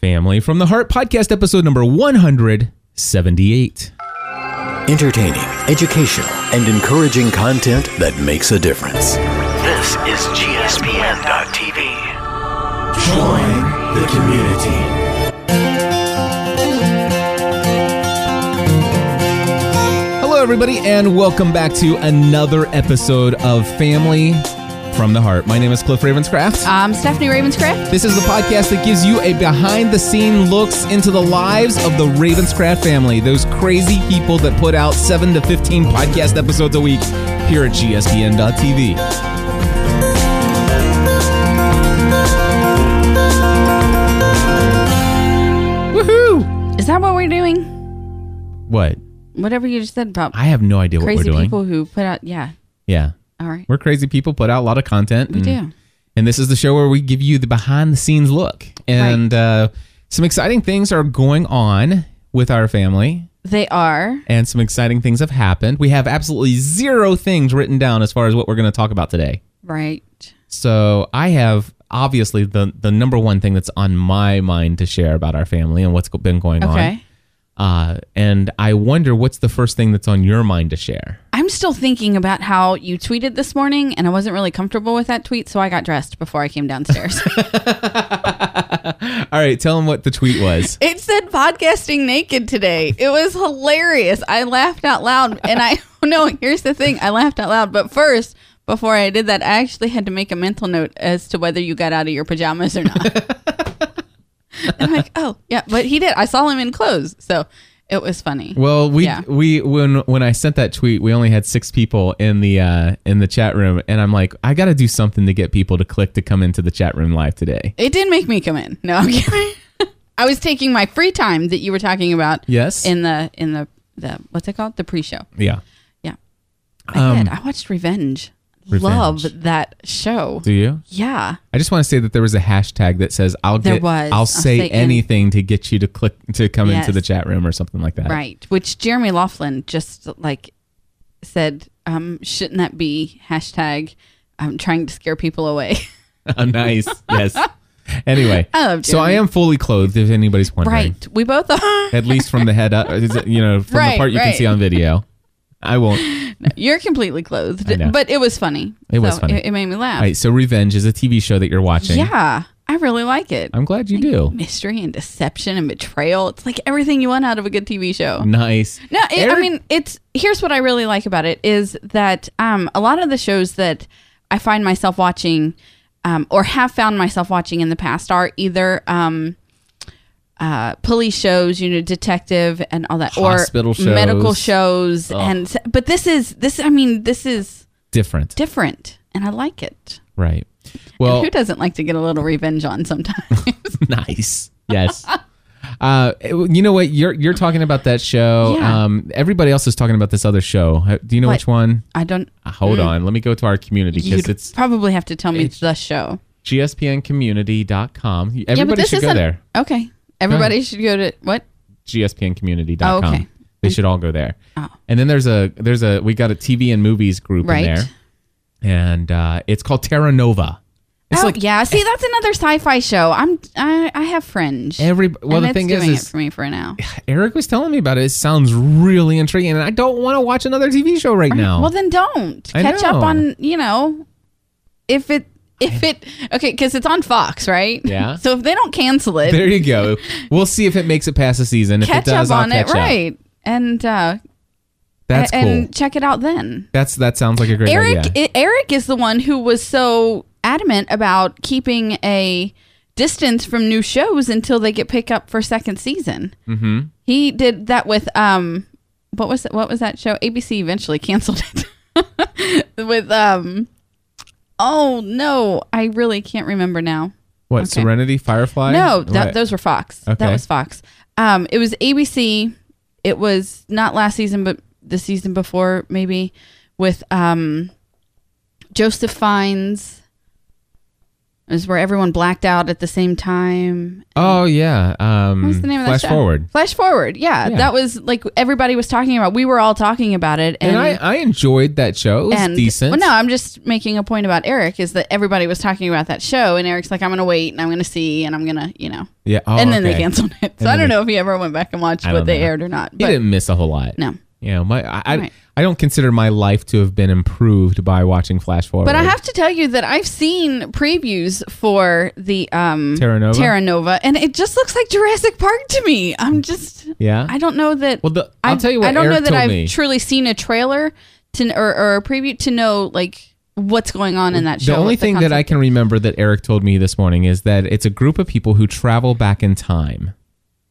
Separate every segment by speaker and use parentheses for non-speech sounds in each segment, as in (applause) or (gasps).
Speaker 1: family from the Heart Podcast, episode number 178.
Speaker 2: Entertaining, educational, and encouraging content that makes a difference.
Speaker 3: This is GSPN.TV.
Speaker 4: Join the community.
Speaker 1: Hello, everybody, and welcome back to another episode of Family from the Heart. My name is Cliff Ravenscraft.
Speaker 5: I'm Um, Stephanie Ravenscraft.
Speaker 1: This is the podcast that gives you a behind the scene looks into the lives of the Ravenscraft family, those crazy people that put out 7 to 15 podcast episodes a week here at gspn.tv. Woohoo!
Speaker 5: Is that what we're doing?
Speaker 1: What?
Speaker 5: Whatever you just said about
Speaker 1: I have no idea what
Speaker 5: crazy
Speaker 1: we're doing.
Speaker 5: people who put out, yeah.
Speaker 1: Yeah.
Speaker 5: All right.
Speaker 1: We're crazy people, put out a lot of content.
Speaker 5: We
Speaker 1: and-
Speaker 5: do.
Speaker 1: And this is the show where we give you the behind the scenes look. And uh, some exciting things are going on with our family.
Speaker 5: They are.
Speaker 1: and some exciting things have happened. We have absolutely zero things written down as far as what we're going to talk about today.
Speaker 5: Right.
Speaker 1: So I have obviously the the number one thing that's on my mind to share about our family and what's go- been going
Speaker 5: Okay.
Speaker 1: on. Uh, and I wonder what's the first thing that's on your mind to share.
Speaker 5: I'm still thinking about how you tweeted this morning, and I wasn't really comfortable with that tweet, so I got dressed before I
Speaker 1: (laughs)
Speaker 5: came downstairs.
Speaker 1: All right, tell them what the tweet was.
Speaker 5: it said podcasting naked today. It was hilarious. I laughed out loud, and I (laughs) no. Here's the thing: I laughed out loud, but first. Before I did that, I actually had to make a mental note as to whether you got out of your pajamas or not. and I'm like, oh yeah, but he did. I saw him in clothes, so it was funny.
Speaker 1: Well, we
Speaker 5: Yeah.
Speaker 1: we when when I sent that tweet, we only had six people in the uh, in the chat room, and I'm like, I got to do something to get people to click to come into the chat room live today.
Speaker 5: It did make me come in. No, I'm kidding. (laughs) I was taking my free time that you were talking about.
Speaker 1: Yes.
Speaker 5: In the in the the what's it called? The pre-show.
Speaker 1: Yeah.
Speaker 5: Yeah. I did. I watched Revenge. Love that show.
Speaker 1: Do you?
Speaker 5: Yeah.
Speaker 1: I just want to say that there was a hashtag that says I'll
Speaker 5: There
Speaker 1: get,
Speaker 5: was.
Speaker 1: I'll
Speaker 5: I'll
Speaker 1: say,
Speaker 5: say any-
Speaker 1: anything to get you to click to come into
Speaker 5: Yes.
Speaker 1: the chat room or something like that.
Speaker 5: Right. Which Jeremy Laughlin just like said, um, shouldn't that be hashtag I'm trying to scare people away.
Speaker 1: (laughs) nice. Yes. (laughs) Anyway,
Speaker 5: I love
Speaker 1: so I
Speaker 5: Jeremy.
Speaker 1: am fully clothed if anybody's (laughs) wondering.
Speaker 5: Oh, right. We both are
Speaker 1: At least from the head up, is it- you know, from the
Speaker 5: Right,
Speaker 1: part you can
Speaker 5: right.
Speaker 1: see on video. I
Speaker 5: (laughs)
Speaker 1: won't.
Speaker 5: (laughs) you're completely clothed.
Speaker 1: I know.
Speaker 5: But it was funny.
Speaker 1: It was
Speaker 5: So
Speaker 1: funny.
Speaker 5: It, it made me laugh.
Speaker 1: All right, so Revenge is a TV show that you're watching.
Speaker 5: Yeah. I really like it.
Speaker 1: I'm glad you do.
Speaker 5: mystery and deception and betrayal. It's like everything you want out of a good TV show.
Speaker 1: Nice.
Speaker 5: No, it,
Speaker 1: Eric-
Speaker 5: I mean, it's here's what I really like about it is that um, a lot of the shows that I find myself watching um, or have found myself watching in the past are either um, uh, police shows, you know, detective and all that,
Speaker 1: Hospital
Speaker 5: or medical
Speaker 1: shows.
Speaker 5: shows, and but this is this. I mean, this is
Speaker 1: different.
Speaker 5: different, and I like it.
Speaker 1: right. Well,
Speaker 5: Who doesn't like to get a little revenge on sometimes?
Speaker 1: (laughs)
Speaker 5: (laughs)
Speaker 1: nice. Yes. Uh, you know what? You're you're talking about that show.
Speaker 5: Yeah.
Speaker 1: Um, everybody else is talking about this other show. Uh, Do you know
Speaker 5: What? Mm.
Speaker 1: which one?
Speaker 5: I don't.
Speaker 1: Uh, Hold on. Let me go to our community because
Speaker 5: You'd
Speaker 1: it's
Speaker 5: probably have to tell me the show.
Speaker 1: gspncommunity.com.
Speaker 5: Yeah, but
Speaker 1: Everybody
Speaker 5: this
Speaker 1: should go
Speaker 5: isn't-
Speaker 1: there.
Speaker 5: Okay. Everybody should go to what?
Speaker 1: gspncommunity.com.
Speaker 5: Oh, okay.
Speaker 1: They should all go there.
Speaker 5: Oh.
Speaker 1: And then there's a there's a we got a TV and movies group
Speaker 5: Right.
Speaker 1: in there. And uh, it's called Terra Nova. It's
Speaker 5: oh,
Speaker 1: like e
Speaker 5: yeah. See, that's another sci-fi show. I'm I, I have fringe.
Speaker 1: every well
Speaker 5: and
Speaker 1: the
Speaker 5: it's
Speaker 1: thing is,
Speaker 5: doing
Speaker 1: is
Speaker 5: it for me for now.
Speaker 1: Eric was telling me about it. It sounds really intriguing and I don't want to watch another TV show right now.
Speaker 5: Well, then don't
Speaker 1: I
Speaker 5: catch
Speaker 1: know.
Speaker 5: up on you know if it if it okay because it's on Fox, right?
Speaker 1: Yeah.
Speaker 5: (laughs) so if they don't cancel it,
Speaker 1: There you go. We'll see if it makes it past the season. If
Speaker 5: catch
Speaker 1: it does,
Speaker 5: up
Speaker 1: I'll
Speaker 5: on
Speaker 1: catch
Speaker 5: it,
Speaker 1: up.
Speaker 5: right? And uh,
Speaker 1: That's
Speaker 5: a-
Speaker 1: cool.
Speaker 5: and check it out then.
Speaker 1: That's that sounds like a great
Speaker 5: Eric
Speaker 1: idea.
Speaker 5: I- Eric is the one who was so adamant about keeping a distance from new shows until they get picked up for second season. Mm-hmm. He did that with um, what was what was that show? ABC eventually (laughs) canceled it with um. Oh no, I really can't remember now.
Speaker 1: what
Speaker 5: okay.
Speaker 1: Serenity, Firefly?
Speaker 5: No, that,
Speaker 1: What?
Speaker 5: those were Fox.
Speaker 1: Okay.
Speaker 5: That was Fox. Um, it was ABC. It was not last season, but the season before, maybe, with um, Joseph Fiennes It was where everyone blacked out at the same time.
Speaker 1: Oh yeah. Um,
Speaker 5: What was the name of that
Speaker 1: Flash
Speaker 5: show?
Speaker 1: Forward.
Speaker 5: Flash Forward. Yeah,
Speaker 1: Yeah.
Speaker 5: That was like everybody was talking about. We were all talking about it.
Speaker 1: And,
Speaker 5: And,
Speaker 1: I, I enjoyed that show. It was
Speaker 5: and-
Speaker 1: decent.
Speaker 5: Well, no, I'm just making a point about Eric is that everybody was talking about that show, and Eric's like, I'm going to wait and I'm going to see and I'm going to, you know.
Speaker 1: Yeah. Oh,
Speaker 5: and then
Speaker 1: okay.
Speaker 5: they canceled it. So
Speaker 1: And
Speaker 5: I
Speaker 1: then
Speaker 5: don't
Speaker 1: they-
Speaker 5: know if he ever went back and watched
Speaker 1: I
Speaker 5: what
Speaker 1: don't
Speaker 5: they
Speaker 1: know.
Speaker 5: aired or not.
Speaker 1: He
Speaker 5: But
Speaker 1: didn't miss a whole lot.
Speaker 5: no.
Speaker 1: Yeah, my I I,
Speaker 5: Right.
Speaker 1: I don't consider my life to have been improved by watching Flash Forward.
Speaker 5: But I have to tell you that I've seen previews for the um,
Speaker 1: Terra Nova?
Speaker 5: Terra Nova, and it just looks like Jurassic Park to me. I'm just,
Speaker 1: Yeah?
Speaker 5: I don't know that.
Speaker 1: Well, the- I'll
Speaker 5: I-
Speaker 1: tell you what
Speaker 5: I don't
Speaker 1: Eric
Speaker 5: know that
Speaker 1: told
Speaker 5: I've
Speaker 1: me.
Speaker 5: truly seen a trailer to or, or a preview to know like what's going on in that show.
Speaker 1: the only
Speaker 5: what
Speaker 1: thing that I
Speaker 5: concept-
Speaker 1: can remember that Eric told me this morning is that it's a group of people who travel back in time.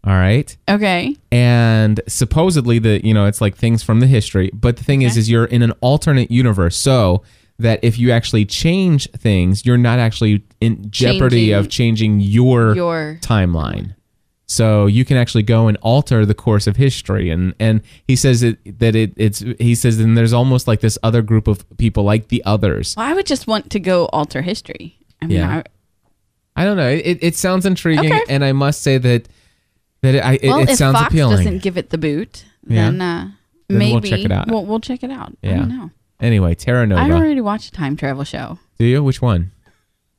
Speaker 1: All right.
Speaker 5: okay,
Speaker 1: and supposedly the you know it's like things from the history but the thing is is you're in an alternate universe so that if you actually change things you're not actually in jeopardy
Speaker 5: Changing-
Speaker 1: of changing your,
Speaker 5: your-
Speaker 1: timeline so you can actually go and alter the course of history and and he says it, that it it's he says and there's almost like this other group of people like the others
Speaker 5: well, I would just want to go alter history. I mean,
Speaker 1: Yeah.
Speaker 5: I,
Speaker 1: i don't know it, it sounds intriguing
Speaker 5: Okay.
Speaker 1: and i must say that that it, I, it,
Speaker 5: well,
Speaker 1: it
Speaker 5: if
Speaker 1: sounds
Speaker 5: Fox
Speaker 1: appealing
Speaker 5: doesn't give it the boot,
Speaker 1: Yeah.
Speaker 5: then, uh,
Speaker 1: Then
Speaker 5: maybe
Speaker 1: we'll check it out.
Speaker 5: We'll, we'll check it out. I
Speaker 1: Yeah.
Speaker 5: don't know.
Speaker 1: anyway terra nova
Speaker 5: I already watched a time travel show.
Speaker 1: do you which one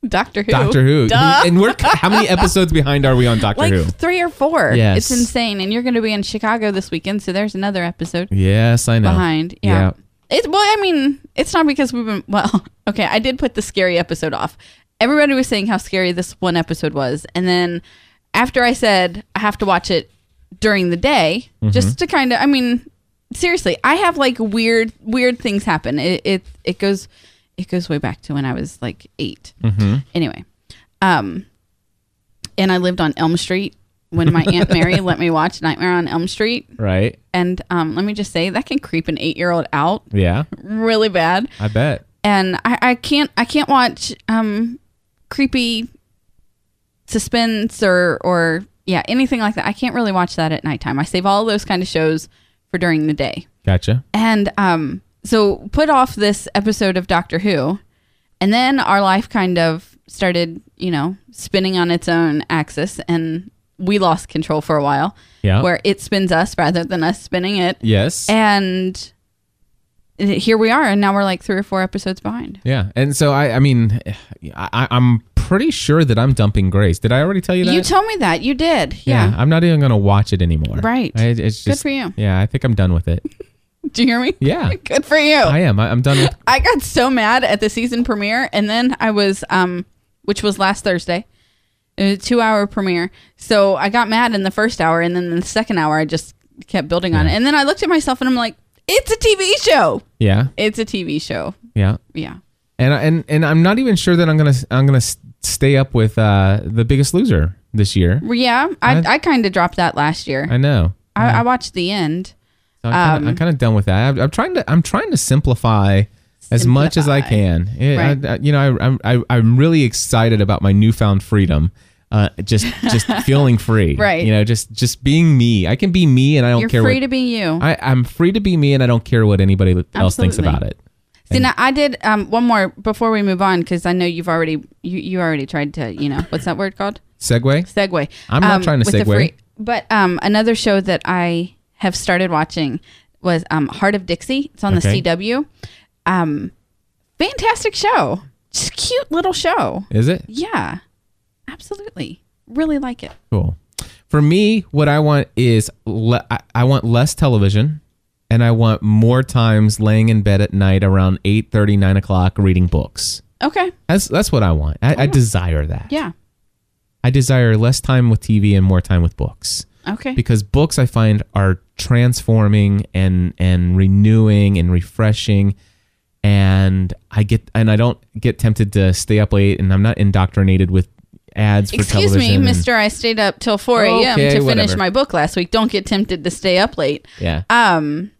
Speaker 5: Doctor Who.
Speaker 1: Doctor Who.
Speaker 5: Duh.
Speaker 1: (laughs) And we're how many episodes behind are we on Doctor
Speaker 5: like
Speaker 1: Who?
Speaker 5: three or four.
Speaker 1: Yes.
Speaker 5: It's insane. And you're going to be in Chicago this weekend, so there's another episode
Speaker 1: Yes, I know.
Speaker 5: behind. Yeah. It's well, I mean, it's not because we've been (laughs) well, okay, I did put the scary episode off. Everybody was saying how scary this one episode was, and then after I said I have to watch it during the day just to kind of I mean, seriously, I have like weird weird things happen. It it it goes it goes way back to when I was like 8. Anyway, um and I lived on Elm Street when my aunt Mary let me watch Nightmare on Elm Street
Speaker 1: Right.
Speaker 5: and um, let me just say that can creep an eight-year-old out
Speaker 1: Yeah.
Speaker 5: really bad.
Speaker 1: I bet.
Speaker 5: And I, I can't I can't watch um, creepy suspense or or yeah anything like that. I can't really watch that at nighttime. I save all those kind of shows for during the day.
Speaker 1: Gotcha.
Speaker 5: And um, so put off this episode of Doctor Who, and then our life kind of started, you know, spinning on its own axis, and we lost control for a while.
Speaker 1: Yeah.
Speaker 5: Where it spins us rather than us spinning it.
Speaker 1: Yes.
Speaker 5: And here we are, and now we're like three or four episodes behind.
Speaker 1: yeah. And so I I mean I I'm pretty sure that I'm dumping Grace. Did I already tell you that?
Speaker 5: You told me that you did,
Speaker 1: yeah.
Speaker 5: yeah.
Speaker 1: I'm not even going to watch it anymore.
Speaker 5: Right.
Speaker 1: I, it's just,
Speaker 5: Good for you.
Speaker 1: Yeah, I think I'm done with
Speaker 5: (laughs)
Speaker 1: it.
Speaker 5: Do you hear me?
Speaker 1: Yeah.
Speaker 5: (laughs) Good for you.
Speaker 1: I
Speaker 5: I,
Speaker 1: am. I, I'm done with
Speaker 5: got so mad at the season premiere, and then I was, um, which was last Thursday, it was a two-hour premiere. So I got mad in the first hour, and then the second hour I just kept building on it, and then I looked at myself and I'm like, it's a TV show.
Speaker 1: Yeah.
Speaker 5: It's a TV show.
Speaker 1: Yeah.
Speaker 5: Yeah.
Speaker 1: And I- and and I'm not even sure that I'm going to I'm going to stay up with uh The Biggest Loser this year.
Speaker 5: Well, Yeah, I,
Speaker 1: I-
Speaker 5: I, kind of dropped that last year.
Speaker 1: I know.
Speaker 5: I, I watched the end.
Speaker 1: So I'm
Speaker 5: Um,
Speaker 1: kinda, I'm kind of done with that. I'm, I'm trying to I'm trying to simplify as much as I
Speaker 5: Simplify.
Speaker 1: can. Yeah, I-
Speaker 5: Right.
Speaker 1: I- you know, I, I'm I, I'm really excited about my newfound freedom. Uh, just
Speaker 5: (laughs)
Speaker 1: just feeling free.
Speaker 5: Right.
Speaker 1: You know, just just being me. I can be me, and I don't
Speaker 5: You're
Speaker 1: care.
Speaker 5: free
Speaker 1: what,
Speaker 5: to be you.
Speaker 1: I, I'm free to be me, and I don't care what anybody else thinks
Speaker 5: Absolutely.
Speaker 1: about it.
Speaker 5: See, now I did um, one more before we move on because I know you've already you, you already tried to you know what's that word called
Speaker 1: Segway.
Speaker 5: segue.
Speaker 1: I'm not trying to
Speaker 5: with the
Speaker 1: segue.
Speaker 5: but um, another show that I have started watching was um, Heart of Dixie. It's on
Speaker 1: Okay.
Speaker 5: the CW. Um, fantastic show. Just cute little show.
Speaker 1: Is it?
Speaker 5: Yeah, absolutely. Really like it.
Speaker 1: Cool. For me, what I want is le- I, I want less television, and I want more times laying in bed at night around 8, 9 o'clock reading books.
Speaker 5: Okay.
Speaker 1: That's that's what I want. I, I desire that.
Speaker 5: Yeah.
Speaker 1: I desire less time with TV and more time with books
Speaker 5: Okay.
Speaker 1: because books I find are transforming and and renewing and refreshing, and I get and I don't get tempted to stay up late, and I'm not indoctrinated with ads for
Speaker 5: Excuse me,
Speaker 1: television and-
Speaker 5: Mister. I stayed up till four a.m.
Speaker 1: Okay,
Speaker 5: to finish
Speaker 1: whatever.
Speaker 5: my book last week. Don't get tempted to stay up late.
Speaker 1: yeah.
Speaker 5: Um, (laughs)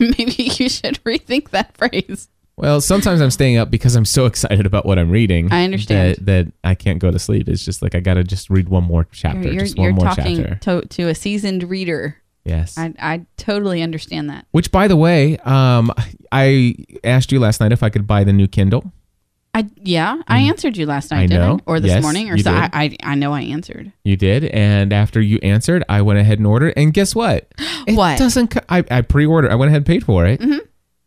Speaker 5: maybe you should rethink that phrase.
Speaker 1: Well, sometimes I'm staying up because I'm so (laughs) excited about what I'm reading.
Speaker 5: I understand.
Speaker 1: that, that I can't go to sleep. It's just like I gotta just read one more chapter,
Speaker 5: You're,
Speaker 1: just one
Speaker 5: you're
Speaker 1: more
Speaker 5: talking
Speaker 1: chapter.
Speaker 5: to, to a seasoned reader.
Speaker 1: yes.
Speaker 5: I, I totally understand that.
Speaker 1: Which, by the way, um, I asked you last night if I could buy the new Kindle,
Speaker 5: I yeah, I answered you last night,
Speaker 1: Mm. I
Speaker 5: didn't
Speaker 1: know.
Speaker 5: I? Or this
Speaker 1: Yes,
Speaker 5: morning, or
Speaker 1: you
Speaker 5: so
Speaker 1: did.
Speaker 5: I, I I know I answered.
Speaker 1: You did, and after you answered, I went ahead and ordered. And guess what? It
Speaker 5: (gasps) What? Mm-hmm.
Speaker 1: doesn't? Co- I I pre-ordered. I went ahead and paid for it,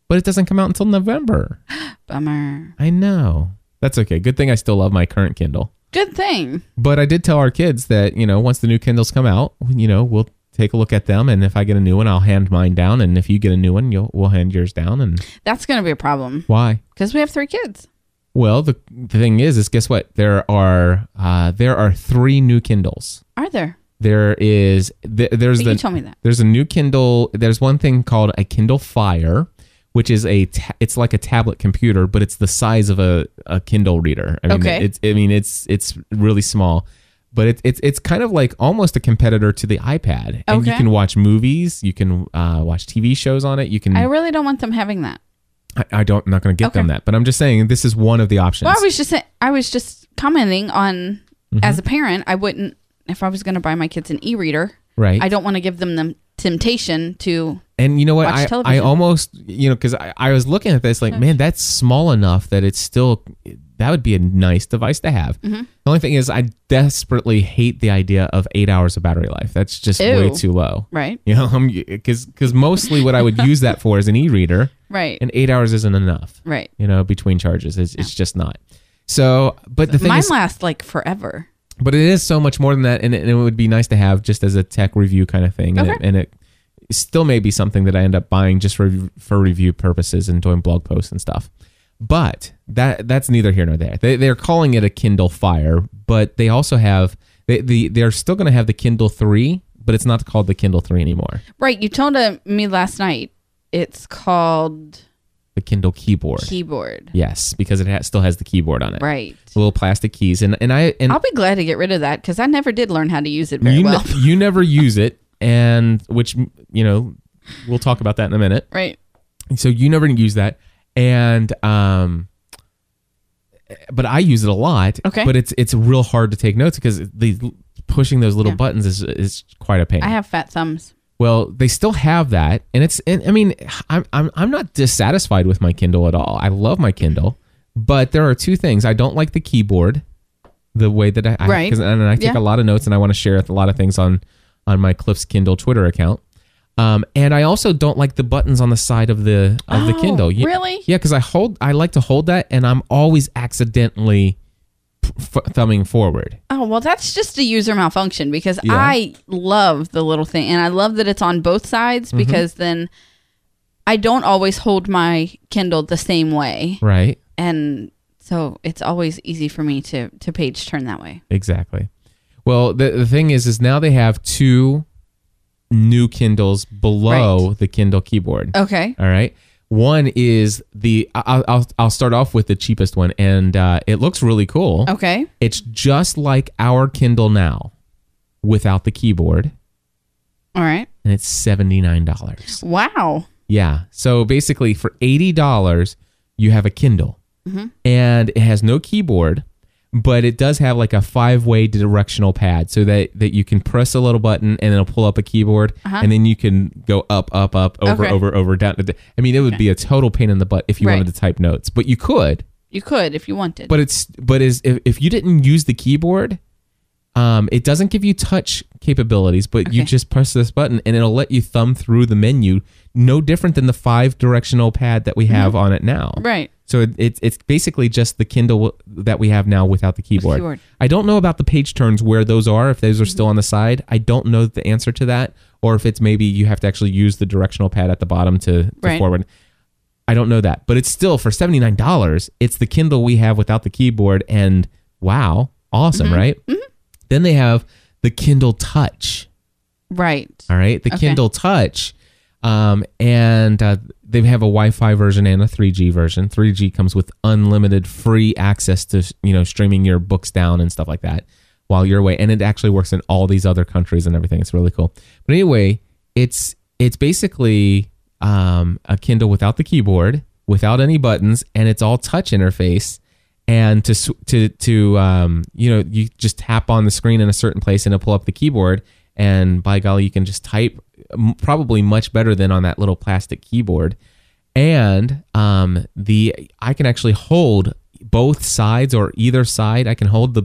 Speaker 1: but it doesn't come out until November.
Speaker 5: Bummer.
Speaker 1: I know. That's okay. Good thing I still love my current Kindle.
Speaker 5: Good thing.
Speaker 1: But I did tell our kids that you know once the new Kindles come out, you know we'll take a look at them, and if I get a new one, I'll hand mine down, and if you get a new one, you'll we'll hand yours down. And
Speaker 5: That's gonna be a problem
Speaker 1: why?
Speaker 5: because we have three kids.
Speaker 1: Well, the, the thing is, is guess what? There are uh, there are three new Kindles.
Speaker 5: Are there?
Speaker 1: There is th- there's
Speaker 5: You
Speaker 1: the
Speaker 5: told me that.
Speaker 1: there's a new Kindle. There's one thing called a Kindle Fire, which is a ta- it's like a tablet computer, but it's the size of a, a Kindle reader. I mean,
Speaker 5: Okay.
Speaker 1: It's I mean it's it's really small, but it's it's it's kind of like almost a competitor to the iPad. And you
Speaker 5: Okay.
Speaker 1: can watch movies. You can uh, watch TV shows on it. You can. I,
Speaker 5: I really don't want them having that.
Speaker 1: I don't. I'm not going to get
Speaker 5: Okay.
Speaker 1: them that, but I'm just saying this is one of the options.
Speaker 5: Well, I was just say- I was just commenting on
Speaker 1: Mm-hmm.
Speaker 5: as a parent, I wouldn't if I was going to buy my kids an e-reader.
Speaker 1: Right.
Speaker 5: I don't want to give them the temptation to.
Speaker 1: And you know what?
Speaker 5: Watch
Speaker 1: I, I
Speaker 5: television.
Speaker 1: almost, you know, because I, I was looking at this like, man, that's small enough that it's still, that would be a nice device to have.
Speaker 5: Mm-hmm.
Speaker 1: The only thing is, I desperately hate the idea of eight hours of battery life. That's just way
Speaker 5: Ew.
Speaker 1: too low.
Speaker 5: Right.
Speaker 1: You know, because because mostly what I
Speaker 5: (laughs)
Speaker 1: would use that for is an e reader,
Speaker 5: Right.
Speaker 1: and eight hours isn't enough.
Speaker 5: Right.
Speaker 1: You know, between charges, it's, it's just not. So, but the thing
Speaker 5: Mine
Speaker 1: is,
Speaker 5: lasts like forever.
Speaker 1: but it is so much more than that and it, and it would be nice to have just as a tech review kind of thing
Speaker 5: Okay.
Speaker 1: and, it, and it still may be something that i end up buying just for, for review purposes and doing blog posts and stuff but that that's neither here nor there they, they're calling it a kindle fire but they also have they, the, they're still going to have the kindle 3 but it's not called the kindle 3 anymore
Speaker 5: Right. You told uh, me last night it's called
Speaker 1: the kindle keyboard
Speaker 5: keyboard.
Speaker 1: yes because it ha- still has the keyboard on it
Speaker 5: Right.
Speaker 1: little plastic keys and, and i and
Speaker 5: I'll be glad to get rid of that because I never did learn how to use it very
Speaker 1: you, ne-
Speaker 5: well. (laughs)
Speaker 1: you never use it and which you know we'll talk about that in a minute
Speaker 5: right.
Speaker 1: so you never use that and um but i use it a lot
Speaker 5: Okay.
Speaker 1: but it's it's real hard to take notes because the pushing those little
Speaker 5: Yeah.
Speaker 1: buttons is is quite a pain
Speaker 5: I have fat thumbs.
Speaker 1: well they still have that and it's and i mean I'm, I'm i'm not dissatisfied with my kindle at all i love my kindle but there are two things i don't like the keyboard the way that i, I-
Speaker 5: Right.
Speaker 1: 'cause- and i take
Speaker 5: Yeah.
Speaker 1: a lot of notes and i want to share a lot of things on on my cliff's kindle twitter account um, and I also don't like the buttons on the side of the of the
Speaker 5: Oh,
Speaker 1: Kindle. Ye-
Speaker 5: really?
Speaker 1: Yeah, because I hold, I like to hold that, and I'm always accidentally p- f- thumbing forward.
Speaker 5: Oh, well, that's just a user malfunction because
Speaker 1: Yeah.
Speaker 5: I love the little thing and I love that it's on both sides
Speaker 1: Mm-hmm.
Speaker 5: because then I don't always hold my Kindle the same way.
Speaker 1: Right.
Speaker 5: And so it's always easy for me to, to page turn that way.
Speaker 1: Exactly. Well, the, the thing is, is now they have two new Kindles below the Kindle keyboard.
Speaker 5: Okay.
Speaker 1: All right. One is the I- I'll, I'll I'll start off with the cheapest one, and uh, it looks really cool.
Speaker 5: Okay.
Speaker 1: It's just like our Kindle now, without the keyboard,
Speaker 5: All right.
Speaker 1: and it's seventy nine dollars.
Speaker 5: Wow.
Speaker 1: Yeah. So basically, for eighty dollars, you have a Kindle,
Speaker 5: Mm-hmm.
Speaker 1: and it has no keyboard, but it does have like a five-way directional pad, so that that you can press a little button and it'll pull up a keyboard, and then you can go up, up, up, over,
Speaker 5: Uh-huh. Okay.
Speaker 1: over, over, down. I mean, it would be a total pain in the butt if you
Speaker 5: Right.
Speaker 1: wanted to type notes, but you could.
Speaker 5: You could if you wanted.
Speaker 1: But it's but is if, if you didn't use the keyboard, um, it doesn't give you touch capabilities, but you
Speaker 5: Okay.
Speaker 1: just press this button and it'll let you thumb through the menu, no different than the five directional pad that we have on it now.
Speaker 5: Mm-hmm. right.
Speaker 1: So it, it's it's basically just the Kindle that we have now without the keyboard.
Speaker 5: keyboard.
Speaker 1: I don't know about the page turns where those are. If those are still on the side, I don't know the answer to that, or if it's maybe you have to actually use the directional pad at the bottom to, to
Speaker 5: Right.
Speaker 1: forward. I don't know that, but it's still for seventy nine dollars. It's the Kindle we have without the keyboard, and wow, awesome,
Speaker 5: Mm-hmm.
Speaker 1: right? Then they have the Kindle Touch.
Speaker 5: Right.
Speaker 1: All right, the
Speaker 5: Okay.
Speaker 1: Kindle Touch, um, and uh, they have a Wi-Fi version and a 3G version. 3G comes with unlimited free access to you know streaming your books down and stuff like that while you're away, and it actually works in all these other countries and everything. It's really cool. But anyway, it's it's basically um, a Kindle without the keyboard, without any buttons, and it's all touch interface and to sw- to to um you know you just tap on the screen in a certain place and it'll pull up the keyboard and by golly you can just type m- probably much better than on that little plastic keyboard and um the I can actually hold both sides or either side. I can hold the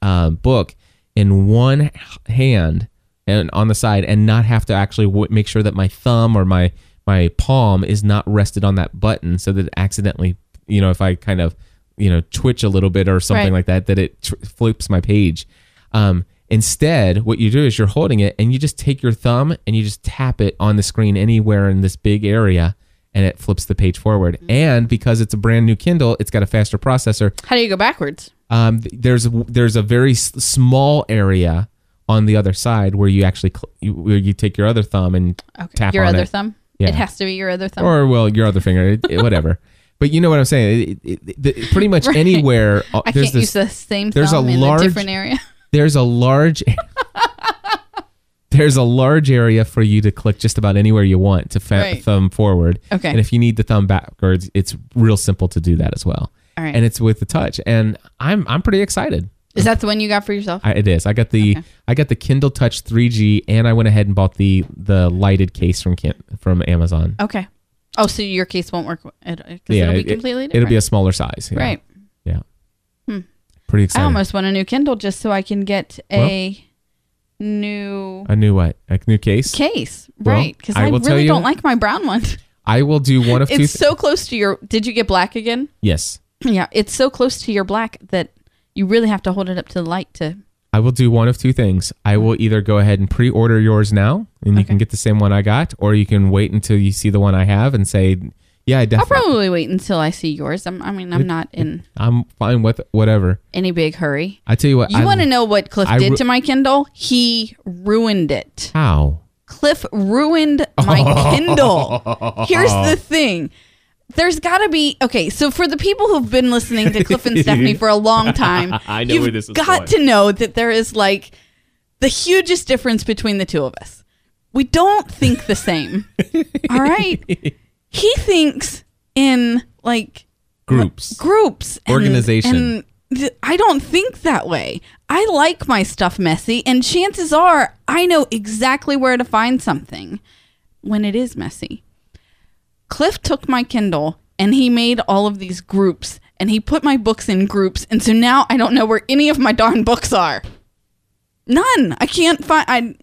Speaker 1: uh, book in one hand and on the side and not have to actually w- make sure that my thumb or my my palm is not rested on that button so that it accidentally, you know, if I kind of, you know, twitch a little bit or something
Speaker 5: Right.
Speaker 1: like that, that it tr- flips my page. Um, instead, what you do is you're holding it and you just take your thumb and you just tap it on the screen anywhere in this big area and it flips the page forward. And because it's a brand new Kindle, it's got a faster processor.
Speaker 5: How do you go backwards?
Speaker 1: Um, th- there's there's a very s- small area on the other side where you actually cl- you, where you take your other thumb and tap
Speaker 5: your
Speaker 1: on
Speaker 5: other
Speaker 1: it.
Speaker 5: thumb.
Speaker 1: Yeah.
Speaker 5: It has to be your other thumb.
Speaker 1: or well your other finger, it, it-
Speaker 5: (laughs)
Speaker 1: whatever. But you know what I'm saying. It, it, it, the- pretty much
Speaker 5: Right.
Speaker 1: anywhere uh,
Speaker 5: I
Speaker 1: there's
Speaker 5: can't use
Speaker 1: this
Speaker 5: the (laughs) same
Speaker 1: there's a
Speaker 5: thumb in
Speaker 1: large-
Speaker 5: a different area. (laughs)
Speaker 1: there's a (laughs) large there's a large area for you to click just about anywhere you want to fa-
Speaker 5: Right.
Speaker 1: thumb forward.
Speaker 5: Okay.
Speaker 1: And if you need the thumb backwards, it's real simple to do that as well.
Speaker 5: All right.
Speaker 1: And it's with the touch, and I'm I'm pretty excited.
Speaker 5: Is that the one you got for yourself?
Speaker 1: I, it is. I got the I got the Kindle Touch 3G, and I went ahead and bought the the lighted case from Kin- from Amazon.
Speaker 5: okay. Oh, so your case won't work. It, it'll be
Speaker 1: it-
Speaker 5: completely
Speaker 1: it,
Speaker 5: different.
Speaker 1: will be a smaller size. yeah.
Speaker 5: right.
Speaker 1: Yeah. Pretty excited.
Speaker 5: I almost want a new Kindle just so I can get a new
Speaker 1: a new what? A new case.
Speaker 5: case,
Speaker 1: Well,
Speaker 5: right? Because
Speaker 1: I
Speaker 5: I,
Speaker 1: will tell
Speaker 5: really
Speaker 1: you-
Speaker 5: don't like my brown one. (laughs)
Speaker 1: I will do one of two.
Speaker 5: It's
Speaker 1: thi-
Speaker 5: so close to your. Did you get black again?
Speaker 1: yes.
Speaker 5: (clears throat) Yeah, it's so close to your black that you really have to hold it up to the light to.
Speaker 1: I will do one of two things. I
Speaker 5: Mm-hmm.
Speaker 1: will either go ahead and pre-order yours now, and you can get the same one I got, or you can wait until you see the one I have and say, "Yeah, I
Speaker 5: I'll
Speaker 1: definitely,
Speaker 5: probably wait until I see yours. I'm, I mean, I'm not in
Speaker 1: I'm fine with whatever."
Speaker 5: any big hurry.
Speaker 1: I tell you what,
Speaker 5: You
Speaker 1: I-
Speaker 5: want to know what Cliff
Speaker 1: I
Speaker 5: did
Speaker 1: ru-
Speaker 5: to my Kindle? He ruined it.
Speaker 1: how?
Speaker 5: Cliff ruined
Speaker 1: (laughs)
Speaker 5: my Kindle. Here's
Speaker 1: Uh-huh.
Speaker 5: the thing. There's got to be okay. So for the people who've been listening to
Speaker 1: (laughs)
Speaker 5: Cliff and Stephanie for a long time,
Speaker 1: I know
Speaker 5: you've
Speaker 1: where this is
Speaker 5: got to know that there is like the hugest difference between the two of us. We don't think
Speaker 1: (laughs)
Speaker 5: the same. all right. He thinks in like
Speaker 1: Groups.
Speaker 5: groups and-
Speaker 1: Organization.
Speaker 5: and th- i don't think that way i like my stuff messy and chances are i know exactly where to find something when it is messy cliff took my kindle and he made all of these groups and he put my books in groups and so now i don't know where any of my darn books are none i can't find i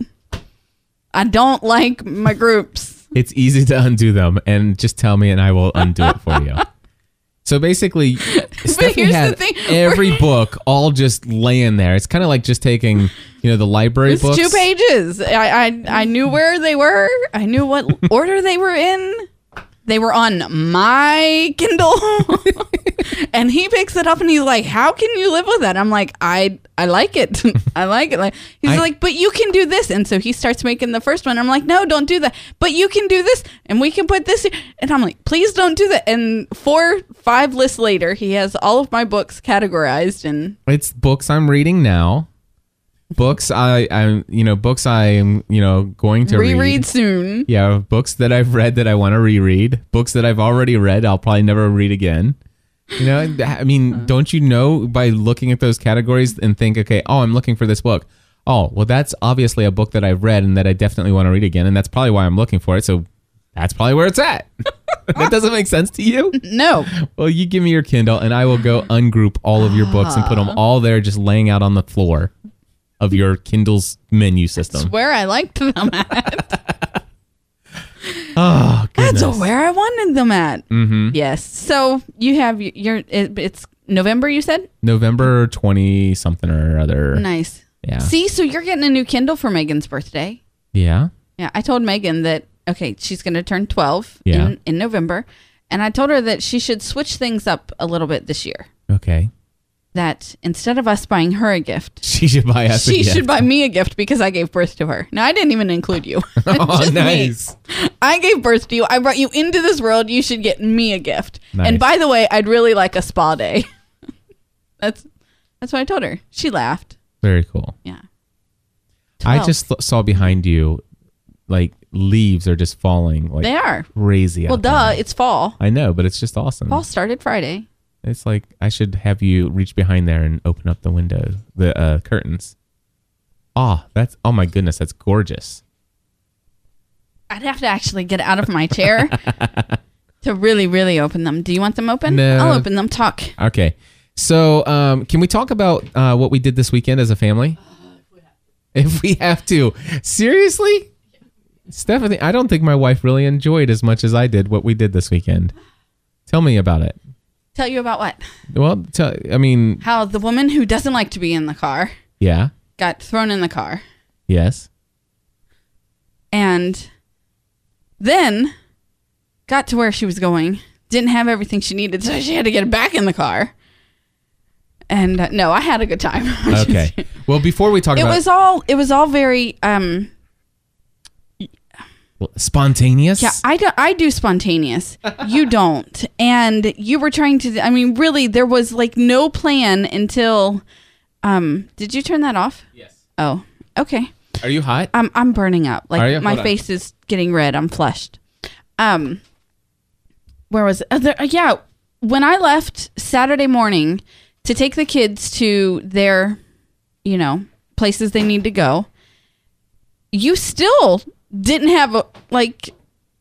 Speaker 5: i don't like my groups
Speaker 1: It's easy to undo them, and just tell me, and I will undo it for
Speaker 5: (laughs)
Speaker 1: you. So basically, Stephanie
Speaker 5: here's the
Speaker 1: had
Speaker 5: thing, (laughs)
Speaker 1: every book all just laying there. It's kind of like just taking, you know, the library
Speaker 5: It's
Speaker 1: books.
Speaker 5: two pages. I, I I knew where they were. I
Speaker 1: (laughs)
Speaker 5: knew what order they were in. They were on my Kindle. (laughs) and he picks it up and he's like, "How can you live with that?" I'm like, "I I like it. (laughs) I like it." Like he's
Speaker 1: I-
Speaker 5: like, "But you can do this." And so he starts making the first one. I'm like, "No, don't do that." "But you can do this and we can put this." here." And I'm like, "Please don't do that." And four five lists later, he has all of my books categorized and
Speaker 1: It's books I'm reading now. Books I I'm you know books I'm you know going to
Speaker 5: reread
Speaker 1: read.
Speaker 5: soon.
Speaker 1: Yeah, books that I've read that I want to reread. Books that I've already read I'll probably never read again. You know, and I mean, don't you know by looking at those categories and think, okay, oh, I'm looking for this book. Oh, well, that's obviously a book that I've read and that I definitely want to read again, and that's probably why I'm looking for it. So that's probably where it's at. (laughs) that doesn't make sense to you.
Speaker 5: No.
Speaker 1: Well, you give me your Kindle, and I will go ungroup all of your books and put them all there, just laying out on the floor of your Kindle's menu system.
Speaker 5: where I liked them at.
Speaker 1: (laughs) Oh,
Speaker 5: That's
Speaker 1: goodness.
Speaker 5: where I wanted them at. Mm-hmm. Yes. So you have your, your it, it's November. You said
Speaker 1: November twenty something or other.
Speaker 5: nice.
Speaker 1: Yeah.
Speaker 5: See, so you're getting a new Kindle for Megan's birthday.
Speaker 1: Yeah.
Speaker 5: Yeah, I told Megan that okay, she's going to turn 12
Speaker 1: Yeah.
Speaker 5: in, in November, and I told her that she should switch things up a little bit this year.
Speaker 1: Okay.
Speaker 5: That instead of us buying her a
Speaker 1: (laughs)
Speaker 5: gift,
Speaker 1: She should buy us. a
Speaker 5: she
Speaker 1: gift.
Speaker 5: should buy me a gift because I gave birth to her. Now I didn't even include
Speaker 1: (laughs)
Speaker 5: you.
Speaker 1: Oh,
Speaker 5: Just me.
Speaker 1: nice.
Speaker 5: I gave birth to you. I brought you into this world. You should get me a gift.
Speaker 1: Nice.
Speaker 5: And by the way, I'd really like a spa day. (laughs) that's that's what I told her. She laughed.
Speaker 1: Very cool.
Speaker 5: Yeah.
Speaker 1: I
Speaker 5: Twelve.
Speaker 1: just th- saw behind you, like leaves are just falling like
Speaker 5: They are.
Speaker 1: crazy.
Speaker 5: Well,
Speaker 1: out there.
Speaker 5: duh, it's fall.
Speaker 1: I know, but it's just awesome.
Speaker 5: Fall started Friday.
Speaker 1: It's like I should have you reach behind there and open up the window, the uh, curtains. Ah, that's oh my goodness, that's gorgeous.
Speaker 5: I'd have to actually get out of
Speaker 1: (laughs)
Speaker 5: my chair to really, really open them. Do you want them open?
Speaker 1: No.
Speaker 5: I'll open them. Talk.
Speaker 1: Okay, So, um, can we talk about uh, what we did this weekend as a family?
Speaker 5: Uh,
Speaker 1: If we have to, seriously, Stephanie, I don't think my wife really enjoyed as much as I did what we did this weekend. Tell me about it.
Speaker 5: Tell you about what?
Speaker 1: Well, tell, I mean,
Speaker 5: How the woman who doesn't like to be in the car
Speaker 1: yeah,
Speaker 5: got thrown in the car. (laughs)
Speaker 1: yes,
Speaker 5: and then got to where she was going. Didn't have everything she needed, so she had to get back in the car. And uh, no, I had a good time. (laughs)
Speaker 1: okay. Well, before we talk
Speaker 5: it
Speaker 1: about
Speaker 5: was all it was all very um
Speaker 1: spontaneous,
Speaker 5: yeah, I do I do spontaneous. you don't. And you were trying to I mean really there was like no plan until um did you turn that off?
Speaker 1: yes.
Speaker 5: Oh, okay.
Speaker 1: Are you hot?
Speaker 5: I'm I'm burning up.
Speaker 1: Are you?
Speaker 5: Like my
Speaker 1: Hold on.
Speaker 5: face is getting red. I'm flushed. Um, where was it? Uh, there, uh, yeah, when I left Saturday morning to take the kids to their, you know, places they need to go, you still didn't have a like.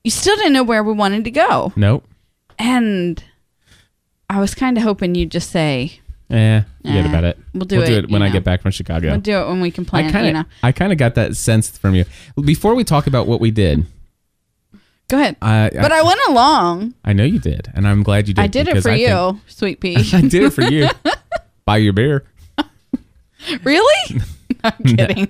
Speaker 5: You still didn't know where we wanted to go,
Speaker 1: nope.
Speaker 5: and I was kind of hoping you'd just say
Speaker 1: Eh, forget
Speaker 5: Eh,
Speaker 1: about it.
Speaker 5: we'll do
Speaker 1: we'll do
Speaker 5: it,
Speaker 1: it when
Speaker 5: you
Speaker 1: I
Speaker 5: know.
Speaker 1: get back from Chicago.
Speaker 5: we'll do it when we can plan.
Speaker 1: I
Speaker 5: it,"
Speaker 1: kind of,
Speaker 5: you know,
Speaker 1: I kind of got that sense from you. Before we talk about what we did,
Speaker 5: go ahead.
Speaker 1: I,
Speaker 5: but I went along.
Speaker 1: I know you did, and I'm glad you did.
Speaker 5: I did it
Speaker 1: because
Speaker 5: for
Speaker 1: I
Speaker 5: you,
Speaker 1: think-
Speaker 5: sweet pea.
Speaker 1: (laughs) I did it for you. Buy your beer.
Speaker 5: (laughs) Really? I'm kidding.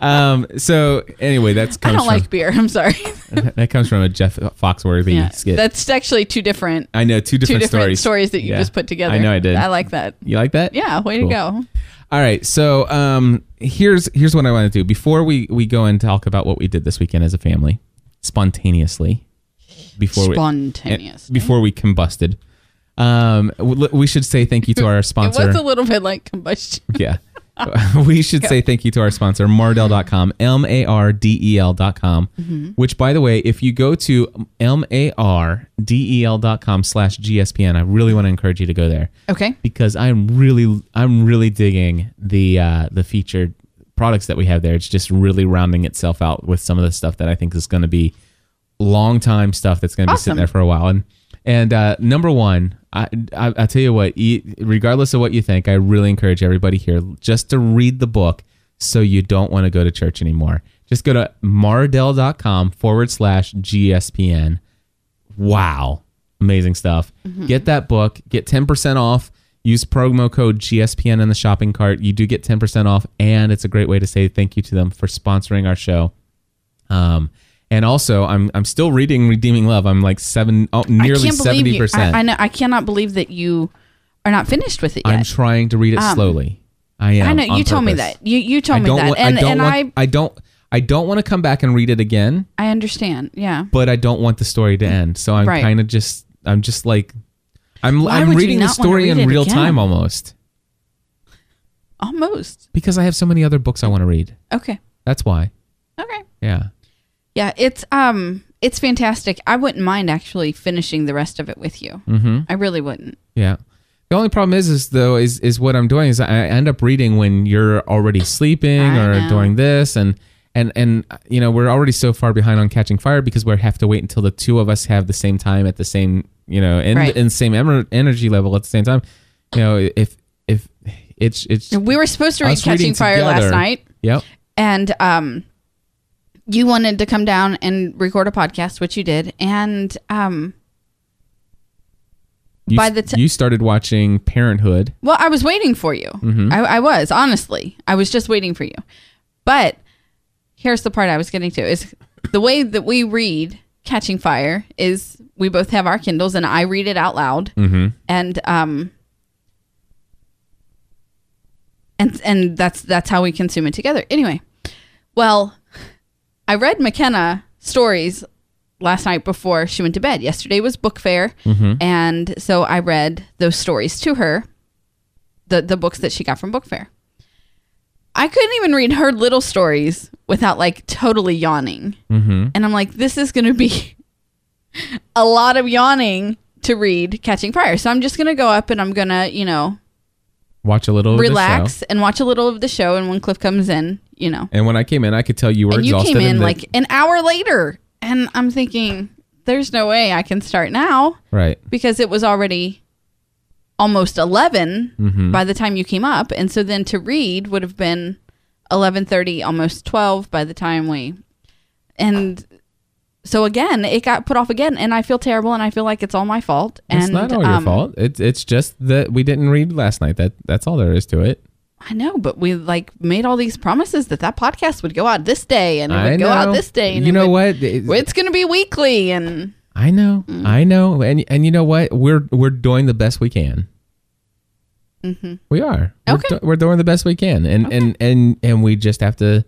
Speaker 1: Um. So anyway, that's
Speaker 5: I
Speaker 1: comes
Speaker 5: don't like beer. I'm sorry.
Speaker 1: from (laughs) that comes from a Jeff Foxworthy
Speaker 5: Yeah,
Speaker 1: skit.
Speaker 5: That's actually two different
Speaker 1: I know two
Speaker 5: two
Speaker 1: Uh, different,
Speaker 5: different stories. that you
Speaker 1: Yeah.
Speaker 5: just put together.
Speaker 1: I know I did.
Speaker 5: I like that.
Speaker 1: you like that?
Speaker 5: Yeah, way
Speaker 1: Cool.
Speaker 5: to go.
Speaker 1: All right. So um, here's here's what I want to do before we we go and talk about what we did this weekend as a family, spontaneously. Before we-
Speaker 5: Spontaneous.
Speaker 1: and- before we combusted. Um, we we should say thank you to our
Speaker 5: (laughs) It
Speaker 1: sponsor.
Speaker 5: was a little bit like combustion.
Speaker 1: yeah. (laughs) we should say thank you to our sponsor, Mardell.com, M A R D E L.com, which, by the way, if you go to M A R D E L.com slash GSPN, I really want to encourage you to go there
Speaker 5: (laughs) Okay.
Speaker 1: because I'm really I'm really digging the uh, the featured products that we have there. It's just really rounding itself out with some of the stuff that I think is going to be long time stuff that's going to be sitting
Speaker 5: Awesome.
Speaker 1: there for a while. And and uh, number one, I, I I tell you what, e- regardless of what you think, I really encourage everybody here just to read the book so you don't want to go to church anymore. Just go to mardell.com forward slash GSPN wow amazing stuff
Speaker 5: Mm-hmm.
Speaker 1: get that book get 10% off use promo code gspn in the shopping cart you do get 10% off and it's a great way to say thank you to them for sponsoring our show um, and also i'm i'm still reading redeeming love i'm like seven oh, nearly
Speaker 5: I can't believe
Speaker 1: 70%
Speaker 5: you. I, I know. I cannot believe that you are not finished with it
Speaker 1: am
Speaker 5: yet.
Speaker 1: trying to read it slowly i am
Speaker 5: Um, I know. You
Speaker 1: on
Speaker 5: told me
Speaker 1: purpose.
Speaker 5: that. You you
Speaker 1: i
Speaker 5: told me
Speaker 1: don't
Speaker 5: that.
Speaker 1: want,
Speaker 5: and
Speaker 1: I don't
Speaker 5: and
Speaker 1: want,
Speaker 5: I
Speaker 1: I don't i don't want to come back and read it again
Speaker 5: I understand. Yeah.
Speaker 1: but I don't want the story to end. So I'm
Speaker 5: Right.
Speaker 1: kind of just I'm just like I'm
Speaker 5: Why would
Speaker 1: I'm
Speaker 5: you
Speaker 1: reading the
Speaker 5: not wanna
Speaker 1: story
Speaker 5: read
Speaker 1: in
Speaker 5: it
Speaker 1: real
Speaker 5: again?
Speaker 1: time almost
Speaker 5: Almost.
Speaker 1: because I have so many other books I want to read.
Speaker 5: Okay.
Speaker 1: That's why.
Speaker 5: Okay.
Speaker 1: Yeah.
Speaker 5: Yeah, it's um it's fantastic. I wouldn't mind actually finishing the rest of it with you. Mm-hmm. I really wouldn't.
Speaker 1: Yeah. The only problem is, is though, is is what I'm doing is I end up reading when you're already sleeping
Speaker 5: I
Speaker 1: or
Speaker 5: know.
Speaker 1: doing this, and and and you know we're already so far behind on Catching Fire because we have to wait until the two of us have the same time at the same you know and
Speaker 5: Right.
Speaker 1: and same emer- energy level at the same time. You know if if it's it's
Speaker 5: We were supposed to read
Speaker 1: us reading
Speaker 5: Catching Fire last
Speaker 1: together.
Speaker 5: night,
Speaker 1: Yep.
Speaker 5: and um, you wanted to come down and record a podcast, which you did, and um,
Speaker 1: You,
Speaker 5: by the time.
Speaker 1: you started watching Parenthood,
Speaker 5: Well, I was waiting for you.
Speaker 1: Mm-hmm.
Speaker 5: I, I was honestly, I was just waiting for you. But here's the part I was getting to is the way that we read Catching Fire is we both have our Kindles and I read it out loud, and um, and and that's that's how we consume it together. Anyway, well, I read McKenna stories last night before she went to bed. Yesterday was book fair, and so I read those stories to her the the books that she got from book fair. I couldn't even read her little stories without like totally yawning, mm-hmm. and I'm like, this is going to be (laughs) a lot of yawning to read Catching Fire. So I'm just going to go up and I'm going to you know
Speaker 1: watch a little of the show.
Speaker 5: relax and watch a little of the show, and when Cliff comes in, you know,
Speaker 1: And when I came in, I could tell you were
Speaker 5: and you
Speaker 1: exhausted.
Speaker 5: came in
Speaker 1: the-
Speaker 5: like an hour later, and I'm thinking, there's no way I can start now
Speaker 1: right.
Speaker 5: because it was already almost 11
Speaker 1: Mm-hmm.
Speaker 5: by the time you came up and so then to read would have been 11:30 almost 12 by the time we and so again it got put off again and I feel terrible and I feel like it's all my fault and
Speaker 1: it's not all your
Speaker 5: um,
Speaker 1: fault. It's it's just that we didn't read last night. That that's all there is to it.
Speaker 5: I know but we like made all these promises that that podcast would go out this day and it would
Speaker 1: I
Speaker 5: go out
Speaker 1: know.
Speaker 5: this day and
Speaker 1: You
Speaker 5: it
Speaker 1: know
Speaker 5: would-
Speaker 1: what? It-
Speaker 5: it's going to be weekly and
Speaker 1: I know,
Speaker 5: Mm-hmm.
Speaker 1: I know, and and you know what? We're we're doing the best we can. We are. We're
Speaker 5: Mm-hmm. Okay.
Speaker 1: do- we're doing the best we can, and and and and we just have to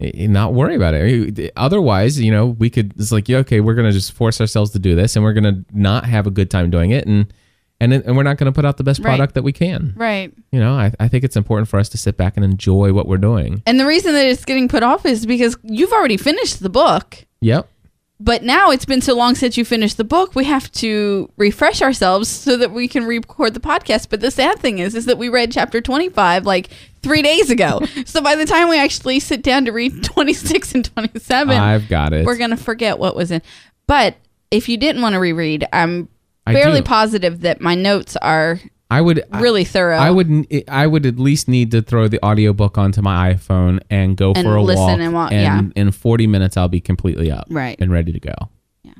Speaker 1: eh, not worry about it. Otherwise, you know, we could. It's like, yeah, okay, we're gonna just force ourselves to do this, and we're gonna not have a good time doing it, and and and we're not gonna put out the best
Speaker 5: Right.
Speaker 1: product that we can.
Speaker 5: right
Speaker 1: You know, I I think it's important for us to sit back and enjoy what we're doing.
Speaker 5: and the reason that it's getting put off is because you've already finished the book
Speaker 1: Yep.
Speaker 5: but now it's been so long since you finished the book we have to refresh ourselves so that we can record the podcast but the sad thing is is that we read chapter 25 like three days
Speaker 1: (laughs)
Speaker 5: ago so by the time we actually sit down to read 26 and 27
Speaker 1: I've got it.
Speaker 5: we're gonna forget what was in but if you didn't want to reread i'm
Speaker 1: I
Speaker 5: fairly
Speaker 1: do.
Speaker 5: positive that my notes are
Speaker 1: I would I-
Speaker 5: really thorough
Speaker 1: I would n- I would at least need to throw the audiobook onto my iPhone and go
Speaker 5: And
Speaker 1: for a
Speaker 5: listen
Speaker 1: walk.
Speaker 5: and walk,
Speaker 1: and in 40 minutes I'll be completely up
Speaker 5: Right.
Speaker 1: and ready to go.
Speaker 5: Yeah.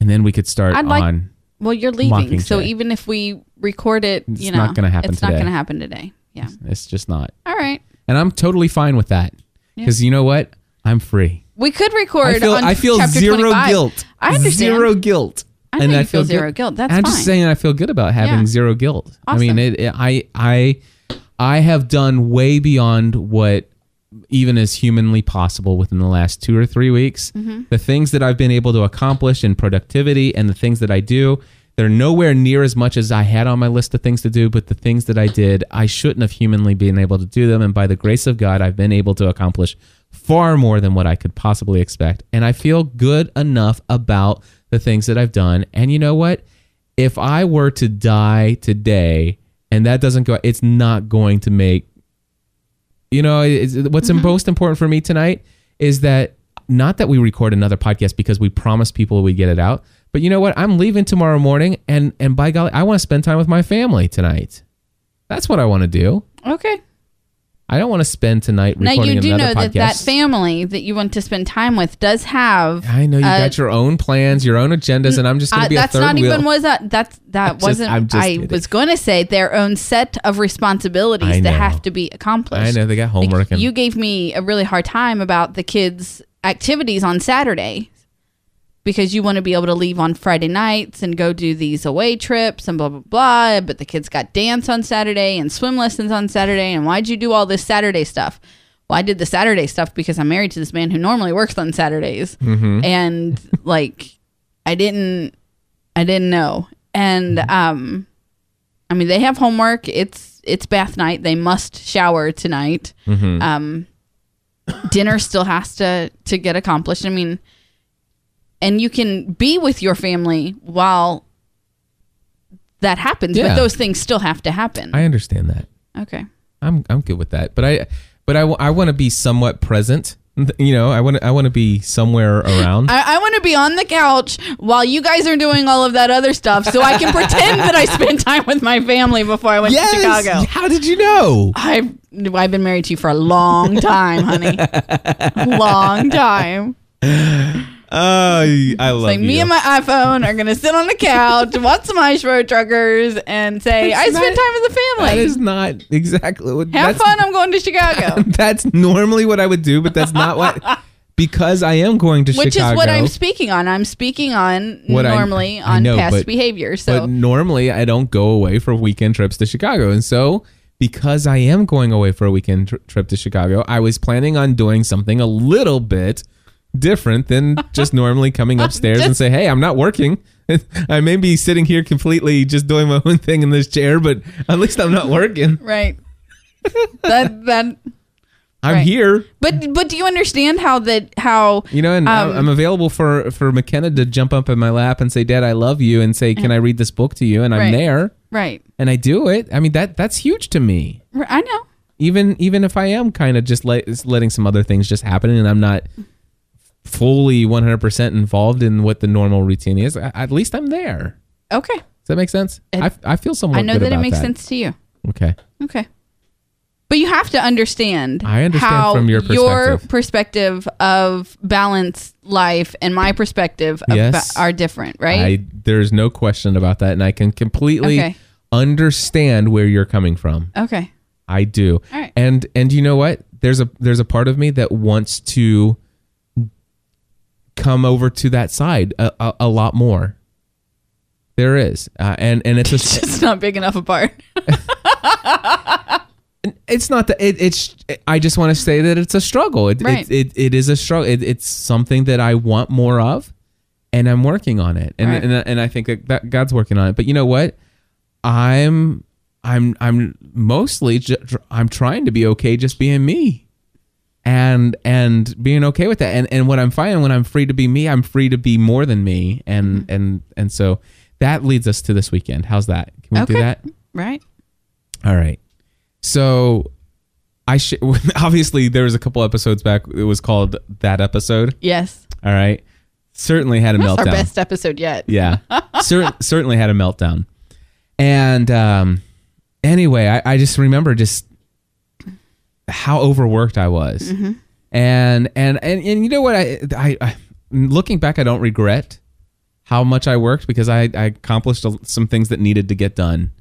Speaker 1: And then we could start
Speaker 5: I'd like-
Speaker 1: on
Speaker 5: well you're leaving so
Speaker 1: Mockingjay.
Speaker 5: even if we record it
Speaker 1: It's
Speaker 5: you know
Speaker 1: not gonna happen
Speaker 5: it's not
Speaker 1: today.
Speaker 5: gonna happen today yeah
Speaker 1: it's just not.
Speaker 5: all right
Speaker 1: And I'm totally fine with that. Cuz you know what? I'm free.
Speaker 5: We could record.
Speaker 1: I feel
Speaker 5: on
Speaker 1: I feel
Speaker 5: chapter
Speaker 1: zero
Speaker 5: 25.
Speaker 1: guilt.
Speaker 5: I understand.
Speaker 1: Zero guilt.
Speaker 5: I know you feel zero guilt. That's
Speaker 1: I'm
Speaker 5: fine.
Speaker 1: just saying I feel good about having
Speaker 5: Yeah.
Speaker 1: zero guilt. I mean,
Speaker 5: Awesome.
Speaker 1: it, it- I I I have done way beyond what even is humanly possible within the last two or three weeks. The things that I've been able to accomplish in productivity and the things that I do, they're nowhere near as much as I had on my list of things to do. But the things that I did, I shouldn't have humanly been able to do them. And by the grace of God, I've been able to accomplish far more than what I could possibly expect. And I feel good enough about the things that I've done. And you know what? if I were to die today and that doesn't go, it's not going to make, you know, it's, what's
Speaker 5: Mm-hmm.
Speaker 1: most important for me tonight is that not that we record another podcast because we promised people we get it out, but you know what? I'm leaving tomorrow morning and, and by golly, I want to spend time with my family tonight. That's what I want to do.
Speaker 5: Okay.
Speaker 1: I don't want to spend tonight
Speaker 5: Now
Speaker 1: recording
Speaker 5: you do know
Speaker 1: another
Speaker 5: that
Speaker 1: podcast.
Speaker 5: that family that you want to spend time with does have.
Speaker 1: I know you
Speaker 5: uh,
Speaker 1: got your own plans, your own agendas, and I'm just going
Speaker 5: uh,
Speaker 1: to be a
Speaker 5: that's
Speaker 1: third
Speaker 5: not
Speaker 1: wheel.
Speaker 5: even was that that's that
Speaker 1: I'm just-
Speaker 5: wasn't
Speaker 1: I'm just
Speaker 5: I
Speaker 1: kidding.
Speaker 5: was going to say their own set of
Speaker 1: I
Speaker 5: responsibilities that
Speaker 1: know.
Speaker 5: have to be accomplished.
Speaker 1: I know they got
Speaker 5: Like,
Speaker 1: homework and
Speaker 5: you gave me a really hard time about the kids' activities on Saturday because you want to be able to leave on Friday nights and go do these away trips and blah blah blah. But the kids got dance on Saturday and swim lessons on Saturday, and why'd you do all this Saturday stuff? Well, I did the Saturday stuff because I'm married to this man who normally works on Saturdays,
Speaker 1: Mm-hmm.
Speaker 5: and like I didn't, I didn't know, and um. I mean, they have homework. It's it's bath night. They must shower tonight.
Speaker 1: Mm-hmm.
Speaker 5: Um, dinner still has to to get accomplished. I mean, and you can be with your family while that happens,
Speaker 1: Yeah.
Speaker 5: but those things still have to happen.
Speaker 1: I understand that.
Speaker 5: okay.
Speaker 1: I'm I'm good with that. But I but I, want to be somewhat present. You know, I want to I want to be somewhere around.
Speaker 5: I, I want to be on the couch while you guys are doing all of that other stuff, so
Speaker 1: (laughs)
Speaker 5: I can pretend that I spent time with my family before I went to Chicago.
Speaker 1: How did you know?
Speaker 5: I've I've been married to you for a long
Speaker 1: (laughs)
Speaker 5: time, honey. long time.
Speaker 1: Oh, I love
Speaker 5: Like me and my iPhone are gonna sit on
Speaker 1: (laughs)
Speaker 5: the couch, watch some Ice Road Truckers, and say,
Speaker 1: That's
Speaker 5: "I spent
Speaker 1: not-
Speaker 5: time
Speaker 1: that
Speaker 5: with
Speaker 1: is
Speaker 5: the family.
Speaker 1: not exactly what
Speaker 5: Have
Speaker 1: that's,
Speaker 5: fun. I'm going to Chicago,"
Speaker 1: (laughs) That's normally what I would do, but that's not
Speaker 5: (laughs)
Speaker 1: what because I am going to
Speaker 5: which
Speaker 1: Chicago.
Speaker 5: is what I'm speaking on. I'm speaking on
Speaker 1: What I-
Speaker 5: normally
Speaker 1: I
Speaker 5: on
Speaker 1: know,
Speaker 5: past
Speaker 1: but-
Speaker 5: behavior.
Speaker 1: But
Speaker 5: So
Speaker 1: normally I don't go away for weekend trips to Chicago. And so because I am going away for a weekend tr- trip to Chicago, I was planning on doing something a little bit different
Speaker 5: (laughs)
Speaker 1: than just normally coming upstairs and say, "Hey, I'm not working. (laughs) I may be sitting here completely just doing my own thing in this chair, but at least I'm not working. (laughs)
Speaker 5: right. that that.
Speaker 1: I'm
Speaker 5: Right.
Speaker 1: here."
Speaker 5: But but do you understand how that how
Speaker 1: You know, and I'm-
Speaker 5: Um,
Speaker 1: I'm available for for McKenna to jump up in my lap and say, "Dad, I love you," and say, "Can I read this book to you?" And I'm
Speaker 5: Right.
Speaker 1: there,
Speaker 5: right?
Speaker 1: and I do it. I mean, that that's huge to me.
Speaker 5: R- I know.
Speaker 1: even even if I am kind of just let, just letting some other things just happen and I'm not fully 100% involved in what the normal routine is, a- at least I'm there.
Speaker 5: Okay.
Speaker 1: So that make sense? I, I feel somewhat.
Speaker 5: I know
Speaker 1: good
Speaker 5: that it
Speaker 1: about
Speaker 5: makes sense to you.
Speaker 1: Okay.
Speaker 5: Okay. But you have to understand.
Speaker 1: I understand
Speaker 5: how
Speaker 1: from your
Speaker 5: your
Speaker 1: perspective.
Speaker 5: perspective of balanced life and my perspective of
Speaker 1: Yes.
Speaker 5: ba- are different, right?
Speaker 1: I there's no question about that, and I can completely
Speaker 5: Okay.
Speaker 1: understand where you're coming from. (laughs)
Speaker 5: okay.
Speaker 1: I do.
Speaker 5: All right.
Speaker 1: And and you know what? There's a there's a part of me that wants to come over to that side a, a, a lot more. There is, uh, and and it's a,
Speaker 5: It's not big enough apart.
Speaker 1: it's not that it, it's i just want to say that it's a struggle it,
Speaker 5: Right.
Speaker 1: it, it, it is a struggle it, it's something that i want more of and i'm working on it and
Speaker 5: Right.
Speaker 1: and, and i think that, that god's working on it but you know what i'm i'm i'm mostly ju- i'm trying to be okay just being me and and being okay with that and and what i'm finding when i'm free to be me i'm free to be more than me and
Speaker 5: Mm-hmm.
Speaker 1: and and so that leads us to this weekend how's that can we do
Speaker 5: Okay.
Speaker 1: that
Speaker 5: Right?
Speaker 1: all right. So I sh- (laughs) obviously there was a couple episodes back. It was called that episode.
Speaker 5: Yes.
Speaker 1: All right. Certainly had a
Speaker 5: That's
Speaker 1: meltdown.
Speaker 5: our best episode yet.
Speaker 1: (laughs) Yeah. Cer- certainly had a meltdown. And um, anyway, I, I just remember just how overworked I was. And, and and and you know what I, I I looking back I don't regret how much I worked because I, I accomplished a- some things that needed to get done.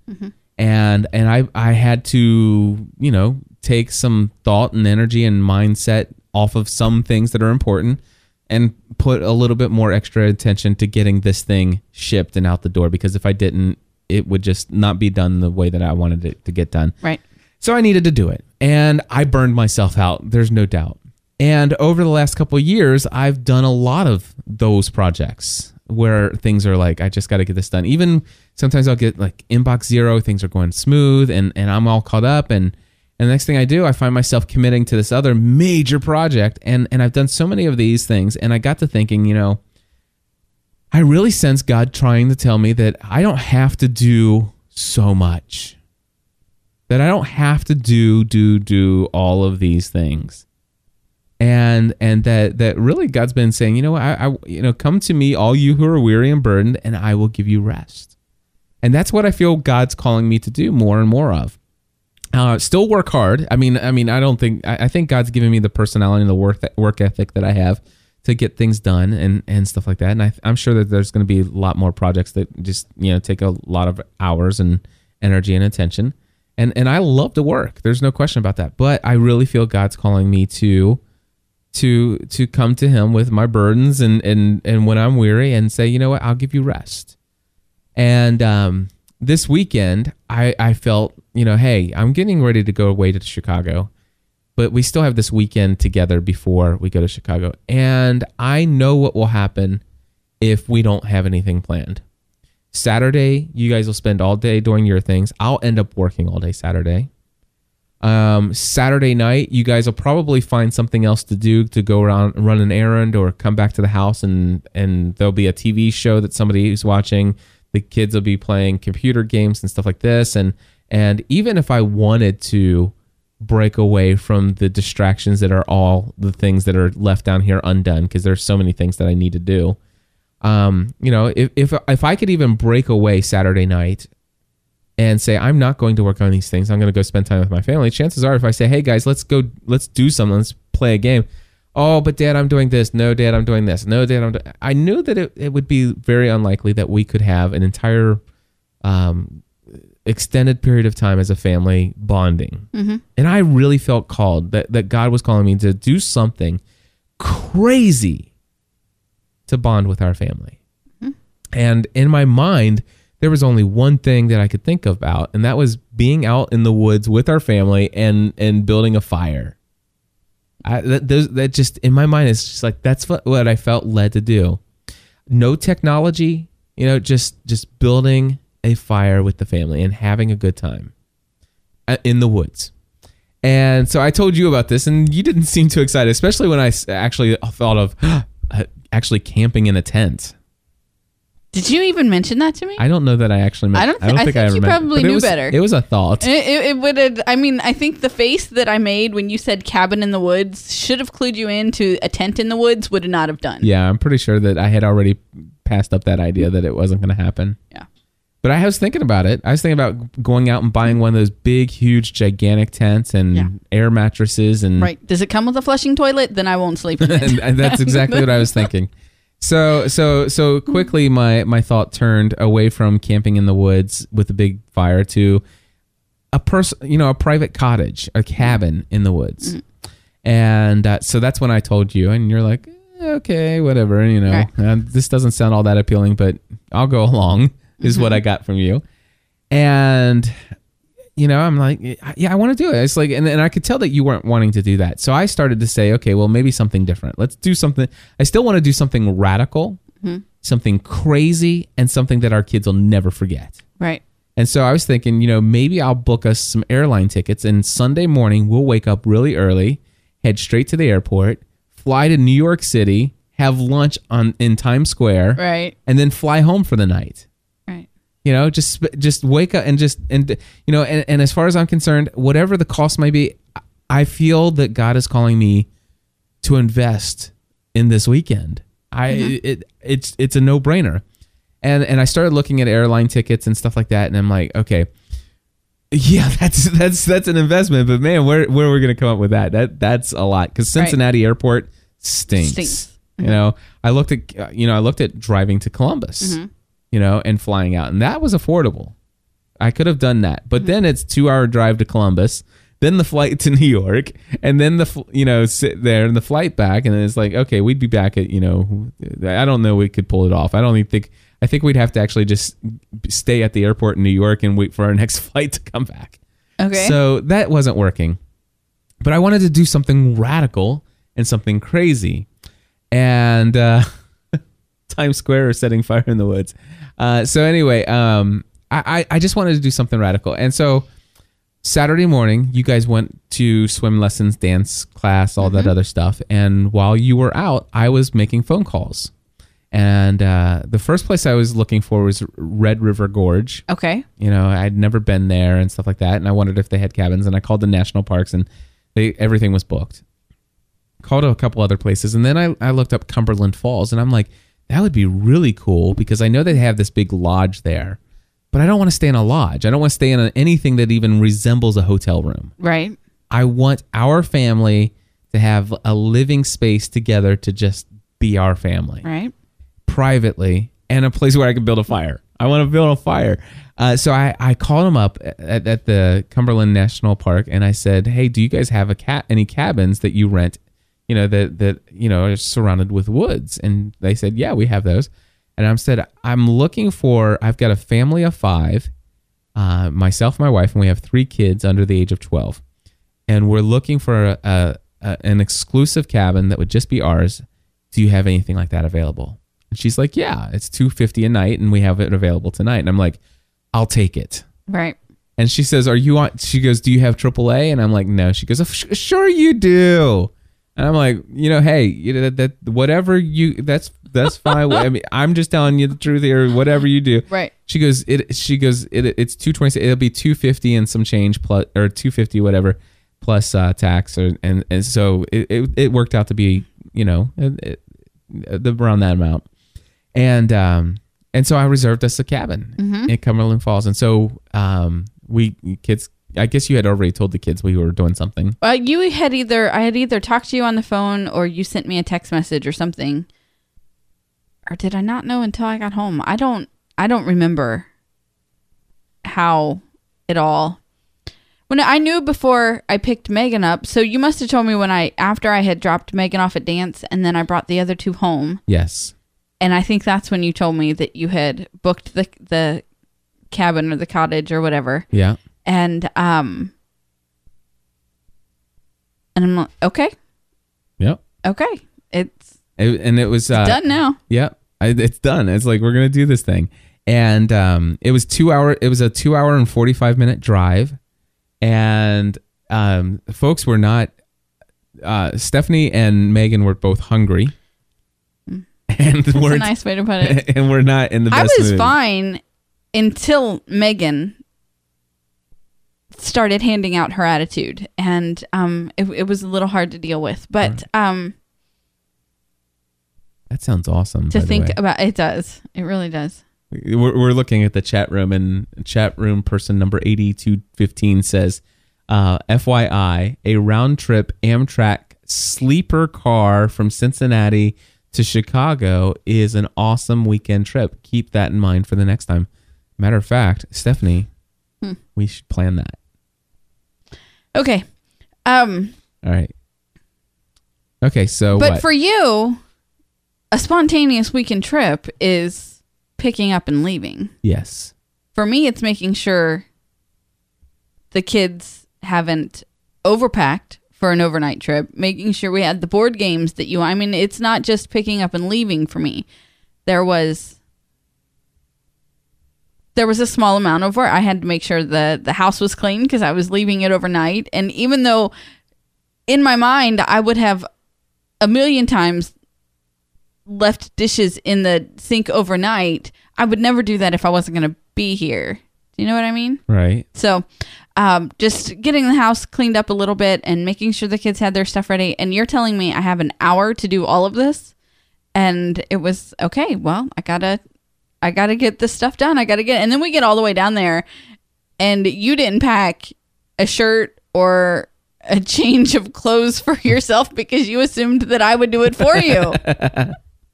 Speaker 1: And and I I had to, you know, take some thought and energy and mindset off of some things that are important and put a little bit more extra attention to getting this thing shipped and out the door because if I didn't it would just not be done the way that I wanted it to get done.
Speaker 5: Right.
Speaker 1: So I needed to do it. And I burned myself out. There's no doubt. And over the last couple of years, I've done a lot of those projects where things are like, I just got to get this done. Even sometimes I'll get like inbox zero, things are going smooth and, and I'm all caught up. And, and the next thing I do, I find myself committing to this other major project. And, and I've done so many of these things. And I got to thinking, you know, I really sense God trying to tell me that I don't have to do so much that I don't have to do do do all of these things, and and that that really God's been saying, you know, what, I, I you know, come to me, all you who are weary and burdened, and I will give you rest, and that's what I feel God's calling me to do more and more of. Uh, still work hard. I mean, I mean, I don't think I, I think God's given me the personality and the work that, work ethic that I have to get things done and and stuff like that. And I, I'm sure that there's going to be a lot more projects that just you know take a lot of hours and energy and attention. And and I love to work. There's no question about that. But I really feel God's calling me to to to come to Him with my burdens and and and when I'm weary and say, you know what, I'll give you rest. And um, this weekend, I, I felt, you know, hey, I'm getting ready to go away to Chicago, but we still have this weekend together before we go to Chicago. And I know what will happen if we don't have anything planned. Saturday, you guys will spend all day doing your things. I'll end up working all day Saturday. Um, Saturday night, you guys will probably find something else to do to go around, run an errand, or come back to the house, and and there'll be a TV show that somebody is watching. The kids will be playing computer games and stuff like this, and and even if I wanted to break away from the distractions that are all the things that are left down here undone, because there's so many things that I need to do. Um, you know, if if if I could even break away Saturday night and say I'm not going to work on these things. I'm going to go spend time with my family. Chances are, if I say, "Hey guys, let's go, let's do something, let's play a game," oh, but Dad, I'm doing this. No, Dad, I'm doing this. No, Dad, I'm. Do-. I knew that it, it would be very unlikely that we could have an entire um, extended period of time as a family bonding, and I really felt called that that God was calling me to do something crazy to bond with our family. And in my mind, there was only one thing that I could think about, and that was being out in the woods with our family and and building a fire. I, that, those, that just in my mind is just like that's what, what I felt led to do. No technology, you know, just just building a fire with the family and having a good time uh, in the woods. And so I told you about this, and you didn't seem too excited, especially when I s- actually thought of (gasps) uh, actually camping in a tent.
Speaker 5: Did you even mention that to me?
Speaker 1: I don't know that I actually. Meant,
Speaker 5: I don't thi- I think you
Speaker 1: remember,
Speaker 5: probably
Speaker 1: but it
Speaker 5: knew
Speaker 1: was-
Speaker 5: better.
Speaker 1: It was a thought.
Speaker 5: It, it, it would have. I mean, I think the face that I made when you said cabin in the woods should have clued you into a tent in the woods. Would not have done.
Speaker 1: yeah, I'm pretty sure that I had already passed up that idea that it wasn't going to happen.
Speaker 5: Yeah.
Speaker 1: But I was thinking about it. I was thinking about going out and buying one of those big, huge, gigantic tents and
Speaker 5: Yeah.
Speaker 1: air mattresses and
Speaker 5: Right. Does it come with a flushing toilet? Then I won't sleep in it.
Speaker 1: (laughs) and,
Speaker 5: (laughs)
Speaker 1: and that's exactly what I was thinking. So so so quickly my my thought turned away from camping in the woods with a big fire to a person you know a private cottage a cabin in the
Speaker 5: Mm-hmm.
Speaker 1: woods, and uh, so that's when I told you and you're like "Eh, okay whatever you know
Speaker 5: Right.
Speaker 1: uh, this doesn't sound all that appealing but I'll go (laughs) along is what I got from you, and you know, I'm like, yeah, I want to do it. It's like, and, and I could tell that you weren't wanting to do that. So I started to say, okay, well, maybe something different. Let's do something. I still want to do something radical, something crazy, and something that our kids will never forget.
Speaker 5: right.
Speaker 1: And so I was thinking, you know, maybe I'll book us some airline tickets and Sunday morning we'll wake up really early, head straight to the airport, fly to New York City, have lunch on in Times Square,
Speaker 5: Right.
Speaker 1: and then fly home for the night
Speaker 5: Right.
Speaker 1: you know just sp- just wake up and just and you know and, and as far as i'm concerned whatever the cost may be I- i feel that god is calling me to invest in this weekend i it it's it's a no-brainer and and i started looking at airline tickets and stuff like that and i'm like okay yeah (laughs) that's that's that's an investment but man where where are we gonna come up with that that that's a lot because
Speaker 5: Right.
Speaker 1: cincinnati airport stinks,
Speaker 5: Stinks.
Speaker 1: you know i looked at uh, you know i looked at driving to columbus you know, and flying out. And that was affordable. I could have done that. But then it's two hour drive to Columbus, then the flight to (laughs) New York, and then the, fl- you know, sit there and the flight back. And then it's like, okay, we'd be back at, you know, I don't know, we could pull it off. I don't even think, I think we'd have to actually just stay at the airport in New York and wait for our (laughs) next flight to come back.
Speaker 5: Okay.
Speaker 1: So that wasn't working. But I wanted to do something radical and something crazy. And uh, (laughs) Times Square or setting fire in the woods. Uh, so anyway, um, I, I I just wanted to do something radical. And so Saturday morning, you guys went to swim lessons, dance class, all that other stuff. And while you were out, I was making phone calls. And uh, the first place I was looking for was Red River Gorge
Speaker 5: okay.
Speaker 1: you know i'd never been there and stuff like that and i wondered if they had cabins and i called the national parks and they everything was booked called a couple other places and then i, I looked up cumberland falls and i'm like that would be really cool because i know they have this big lodge there but i don't want to stay in a lodge i don't want to stay in a, anything that even resembles a hotel room
Speaker 5: Right.
Speaker 1: i want our family to have a living space together to just be our family
Speaker 5: Right.
Speaker 1: privately and a place where I can build a fire. I want to build a fire. Uh, so I, I called him up at, at the Cumberland National Park and I said, Hey, do you guys have a cat any cabins that you rent, you know, that, that, you know, are surrounded with woods? And they said, Yeah, we have those. And I said, I'm looking for, I've got a family of five, uh, myself, my wife, and we have three kids under the age of 12 and we're looking for a, a, a an exclusive cabin that would just be ours. Do you have anything like that available? And she's like, Yeah, it's two fifty a night, and we have it available tonight. And I'm like, I'll take it.
Speaker 5: Right.
Speaker 1: And she says, "Are you on?" She goes, "Do you have AAA?" And I'm like, "No." She goes, "Oh, sh- "Sure you do." And I'm like, "You know, hey, you know, that, that whatever you that's that's fine. I mean, I'm just telling you the truth here. Whatever you do,
Speaker 5: Right.
Speaker 1: She goes, "It." She goes, "It." It's two twenty. It'll be two fifty and some change plus or two fifty whatever plus uh, tax or and and so it, it it worked out to be you know it, it, around that amount and um and so I reserved us a cabin
Speaker 5: Mm-hmm.
Speaker 1: in Cumberland Falls, and so um we kids. I guess you had already told the kids we were doing something.
Speaker 5: Well, you had either I had either talked to you on the phone or you sent me a text message or something. Or did I not know until I got home? I don't I don't remember how it all when I knew before I picked Megan up, so you must have told me when I after I had dropped Megan off at dance and then I brought the other two home.
Speaker 1: Yes,
Speaker 5: And I think that's when you told me that you had booked the the cabin or the cottage or whatever
Speaker 1: yeah,
Speaker 5: and um and i'm like okay
Speaker 1: yep.
Speaker 5: okay it's
Speaker 1: It- and it was uh,
Speaker 5: done now
Speaker 1: Yeah, I, it's done. It's like we're gonna do this thing, and um, it was two hour. It was a two hour and forty five minute drive, and um, folks were not. Uh, Stephanie and Megan were both hungry, (laughs) and
Speaker 5: Mm. that's
Speaker 1: we're (laughs)
Speaker 5: a nice way to put it
Speaker 1: and we're not in the
Speaker 5: i
Speaker 1: best.
Speaker 5: was
Speaker 1: mood.
Speaker 5: fine until megan started handing out her attitude and um it, it was a little hard to deal with but um
Speaker 1: That sounds awesome.
Speaker 5: to
Speaker 1: by the
Speaker 5: think
Speaker 1: way.
Speaker 5: about it does it really does
Speaker 1: We're, we're looking at the chat room, and chat room person number 8215 says, uh, FYI, a round trip Amtrak sleeper car from Cincinnati to Chicago is an awesome weekend trip. Keep that in mind for the next time. Matter of fact, Stephanie,
Speaker 5: Hmm.
Speaker 1: we should plan that.
Speaker 5: Okay. Um,
Speaker 1: All right. Okay, so
Speaker 5: but
Speaker 1: what?
Speaker 5: for you, a spontaneous weekend trip is picking up and leaving.
Speaker 1: yes.
Speaker 5: For me, it's making sure the kids haven't overpacked for an overnight trip, making sure we had the board games that you, I mean, it's not just picking up and leaving for me. There was. There was a small amount of work. I had to make sure the the house was clean because I was leaving it overnight. And even though, in my mind, I would have a million times left dishes in the sink overnight. I would never do that if I wasn't going to be here. Do you know what I mean?
Speaker 1: Right.
Speaker 5: So, um, just getting the house cleaned up a little bit and making sure the kids had their stuff ready. And you're telling me I have an hour to do all of this, and it was okay. Well, I gotta, I gotta get this stuff done. I gotta get, and then we get all the way down there, and you didn't pack a shirt or a (laughs) change of clothes for yourself because you assumed that I would do it for you.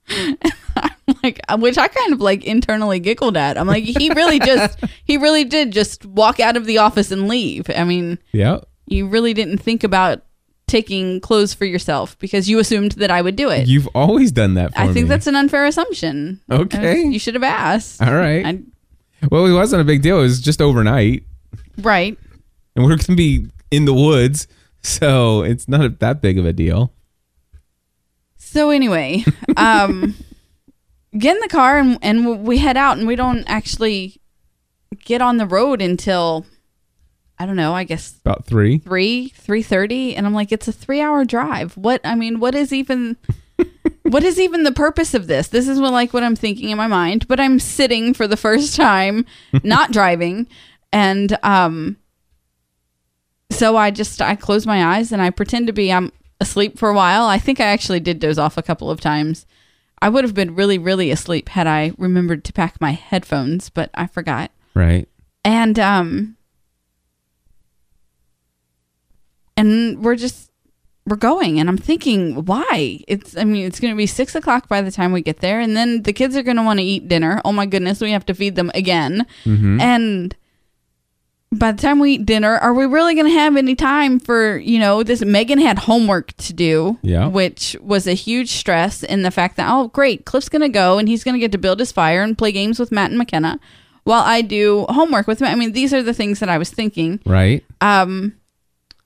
Speaker 5: (laughs) like uh, which I kind of like internally giggled at. I'm like, he
Speaker 1: (laughs)
Speaker 5: really just he really did just walk out of the office and leave. I mean,
Speaker 1: Yeah.
Speaker 5: you really didn't think about taking clothes for yourself because you assumed that I would do it.
Speaker 1: You've always done that for
Speaker 5: I think
Speaker 1: me.
Speaker 5: that's an unfair assumption.
Speaker 1: Okay.
Speaker 5: You should have asked.
Speaker 1: All right.
Speaker 5: I-
Speaker 1: well, it wasn't a big deal. It was just overnight,
Speaker 5: right.
Speaker 1: and we're going to be in the woods, so it's not that big of a deal. (laughs)
Speaker 5: So anyway, um, get in the car and, and we head out, and we don't actually get on the road until I don't know. I guess
Speaker 1: About three.
Speaker 5: three three thirty, and I'm like, it's a three hour drive. What I mean, what is even, what is even the purpose of this? This is what like what I'm thinking in my mind, but I'm sitting for the first time, not driving, and um, so I just I close my eyes and I pretend to be I'm asleep for a while. I think I actually did doze off a couple of times. I would have been really really asleep had I remembered to pack my headphones, but I forgot
Speaker 1: Right.
Speaker 5: and um and we're just we're going and i'm thinking why it's i mean it's gonna be six o'clock by the time we get there and then the kids are gonna want to eat dinner oh my goodness we have to feed them again
Speaker 1: Mm-hmm. Hmm?
Speaker 5: and by the time we eat dinner are we really gonna have any time for you know this megan had homework to do
Speaker 1: Yeah.
Speaker 5: which was a huge stress in the fact that oh great cliff's gonna go and he's gonna get to build his fire and play games with matt and mckenna while i do homework with Matt. i mean these are the things that i was thinking
Speaker 1: Right.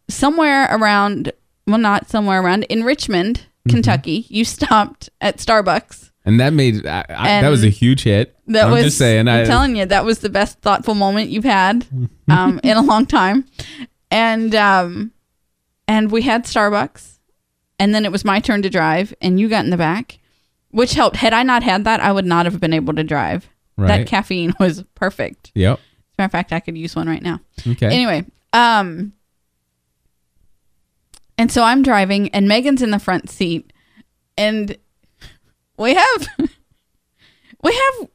Speaker 5: somewhere around well not somewhere around in richmond kentucky you stopped at starbucks
Speaker 1: and that made I, I, that was a
Speaker 5: And
Speaker 1: huge hit.
Speaker 5: that
Speaker 1: I'm
Speaker 5: was
Speaker 1: just saying.
Speaker 5: i'm
Speaker 1: I,
Speaker 5: telling you that was the best thoughtful moment you've had
Speaker 1: (laughs)
Speaker 5: um, in a long time and um, and we had starbucks and then it was my turn to drive and you got in the back which helped had i not had that i would not have been able to drive
Speaker 1: Right.
Speaker 5: that caffeine was perfect
Speaker 1: Yep.
Speaker 5: as a matter of fact i could use one right now
Speaker 1: Okay.
Speaker 5: Anyway, um, and so I'm driving, and Megan's in the front seat, and we have (laughs) we have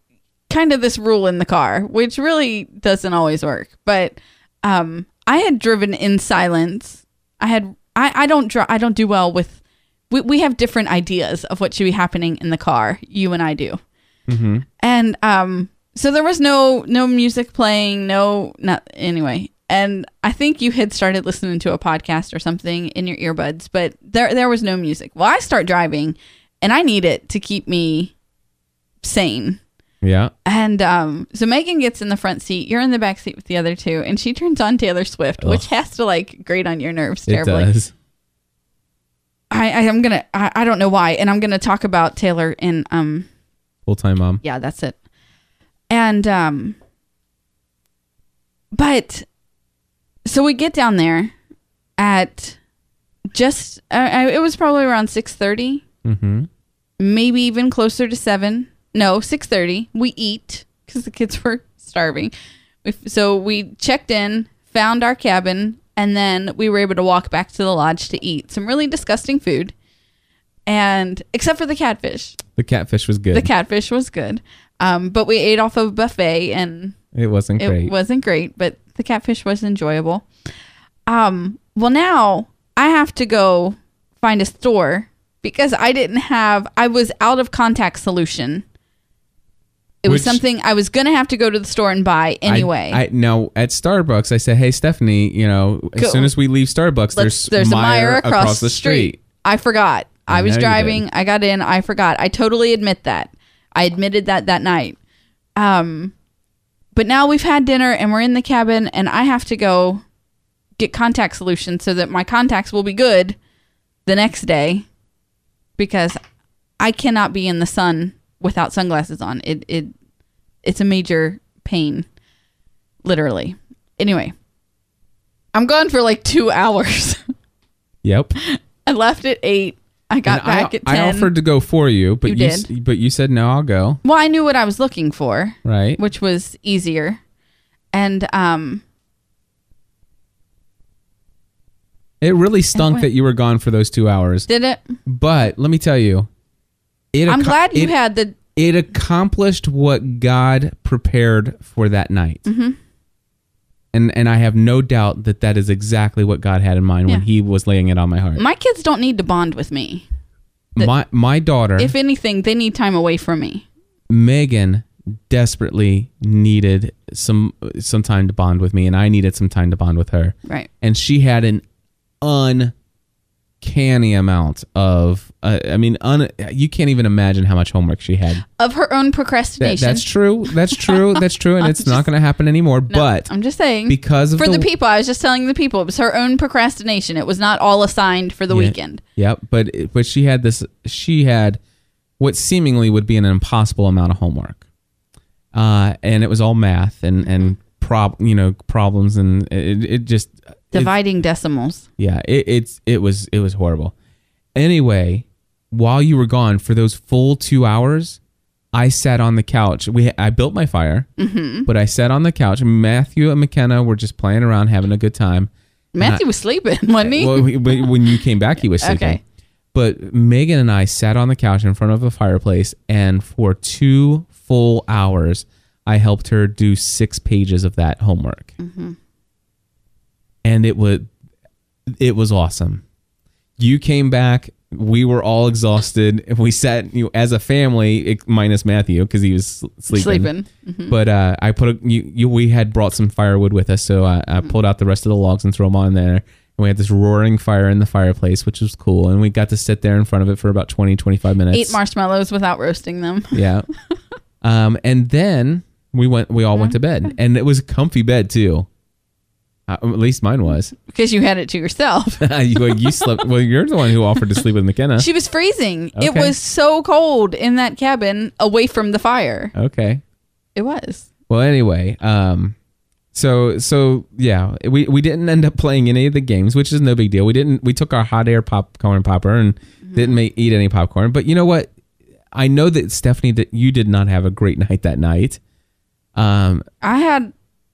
Speaker 5: kind of this rule in the car, which really doesn't always work. But um, I had driven in silence. I had I I don't dri I don't do well with. We, we have different ideas of what should be happening in the car. You and I do and um so there was no no music playing no not anyway and i think you had started listening to a podcast or something in your earbuds but there there was no music well i start driving and i need it to keep me sane
Speaker 1: yeah.
Speaker 5: and um, so Megan gets in the front seat. You're in the back seat with the other two, and she turns on Taylor Swift, which has to like grate on your nerves
Speaker 1: It
Speaker 5: terribly.
Speaker 1: does.
Speaker 5: I, I am gonna I, I don't know why, and I'm gonna talk about Taylor in um
Speaker 1: Full time mom.
Speaker 5: yeah, that's it. And um but so we get down there at just I, I, it was probably around 6:30,
Speaker 1: Mm-hmm.
Speaker 5: maybe even closer to 7. No, 6:30. We eat cuz the kids (laughs) were starving. We, f- so we checked in, found our cabin, and then we were able to walk back to the lodge to eat some really disgusting food. And except for the catfish.
Speaker 1: The catfish was good.
Speaker 5: The catfish was good. Um, but we ate off of a buffet and
Speaker 1: It wasn't
Speaker 5: it
Speaker 1: great.
Speaker 5: wasn't great, but the catfish was enjoyable. Um, well, now I have to go find a store because I didn't have, I was out of contact solution. It was
Speaker 1: Which-
Speaker 5: something I was going to have to go to the store and buy
Speaker 1: I-
Speaker 5: anyway.
Speaker 1: I, now at Starbucks, I said, "Hey, Stephanie, you know, as
Speaker 5: Go-
Speaker 1: soon as we leave Starbucks,
Speaker 5: Let's-
Speaker 1: there's mire across, the street.
Speaker 5: I forgot. I,
Speaker 1: I
Speaker 5: was
Speaker 1: know you
Speaker 5: driving. I got in. I forgot. I totally admit that. I admitted that that night. Um, but now we've had dinner and we're in the cabin, and I have to go get contact solutions so that my contacts will be good the next day because I cannot be in the sun without sunglasses on. It it it's a major pain, literally. Anyway, I'm gone for like two (laughs) hours.
Speaker 1: Yep.
Speaker 5: I left at eight. I got
Speaker 1: And
Speaker 5: back
Speaker 1: I,
Speaker 5: at ten.
Speaker 1: I offered to go for you, but
Speaker 5: You
Speaker 1: you,
Speaker 5: did.
Speaker 1: s- but you said no, I'll go.
Speaker 5: well, I knew what I was looking for,
Speaker 1: Right.
Speaker 5: which was easier, and um,
Speaker 1: It really stunk
Speaker 5: went-
Speaker 1: that you were gone for those two hours.
Speaker 5: did it.
Speaker 1: But let me tell you, it
Speaker 5: I'm
Speaker 1: acco-
Speaker 5: glad you
Speaker 1: it,
Speaker 5: had the.
Speaker 1: it accomplished what God prepared for that night.
Speaker 5: Mm-hmm.
Speaker 1: And and I have no doubt that that is exactly what God had in mind when
Speaker 5: Yeah.
Speaker 1: He was laying it on my heart.
Speaker 5: My kids don't need to bond with me. the-
Speaker 1: My my daughter,
Speaker 5: Mm-hmm. If anything, they need time away from me.
Speaker 1: Megan, desperately needed some some time to bond with me, and I needed some time to bond with her.
Speaker 5: Right.
Speaker 1: and she had an uncanny amount of uh, i mean un, you can't even imagine how much homework she had
Speaker 5: Of her own
Speaker 1: That-
Speaker 5: procrastination.
Speaker 1: that's true
Speaker 5: (laughs)
Speaker 1: that's true that's true and it's not going to happen anymore
Speaker 5: No,
Speaker 1: but
Speaker 5: I'm just saying
Speaker 1: because of
Speaker 5: for the,
Speaker 1: the
Speaker 5: people. I was just telling the people it was her own procrastination. It was not all assigned for the
Speaker 1: Yeah.
Speaker 5: weekend.
Speaker 1: Yep, but but she had this. She had what seemingly would be an impossible amount of homework, uh, and it was all math and and prob you know problems and it, it just it-
Speaker 5: Dividing decimals.
Speaker 1: yeah, it, it's it was it was horrible. Anyway, while you were gone for those full two hours, I sat on the couch. We I built my fire, but I sat on the couch. Matthew and McKenna were just playing around, having a good time.
Speaker 5: Matthew was sleeping, wasn't he?
Speaker 1: Well, we- we- when you came back, he was sleeping.
Speaker 5: Okay.
Speaker 1: But Megan and I sat on the couch in front of a fireplace, and for two full hours, I helped her do six pages of that homework,
Speaker 5: Mm-hmm.
Speaker 1: and it was it was awesome. You came back. We were all exhausted. We sat you know, as a family, ex- minus Matthew because he was s-
Speaker 5: sleeping.
Speaker 1: but uh, I put a, you, you we had brought some firewood with us, so I, I pulled out the rest of the logs and threw them on there. And we had this roaring fire in the fireplace, which was cool. And we got to sit there in front of it for about 20, 25 minutes.
Speaker 5: Eat marshmallows without roasting them.
Speaker 1: (laughs) Yeah. um, and then we went. We all went to bed, and it was a comfy bed too. Uh, at least mine was. (laughs)
Speaker 5: Because you had it to yourself.
Speaker 1: you, you slept. Well, you're the one who offered to sleep with McKenna.
Speaker 5: (laughs) She was freezing. It
Speaker 1: Okay.
Speaker 5: was so cold in that cabin away from the fire.
Speaker 1: Okay.
Speaker 5: It was.
Speaker 1: Well, anyway, um, so so yeah, we we didn't end up playing any of the games, which is no big deal. We didn't. We took our hot air popcorn popper and didn't make, eat any popcorn. But you know what? I know that Stephanie, that you did not have a great (laughs) night that night. Um,
Speaker 5: I had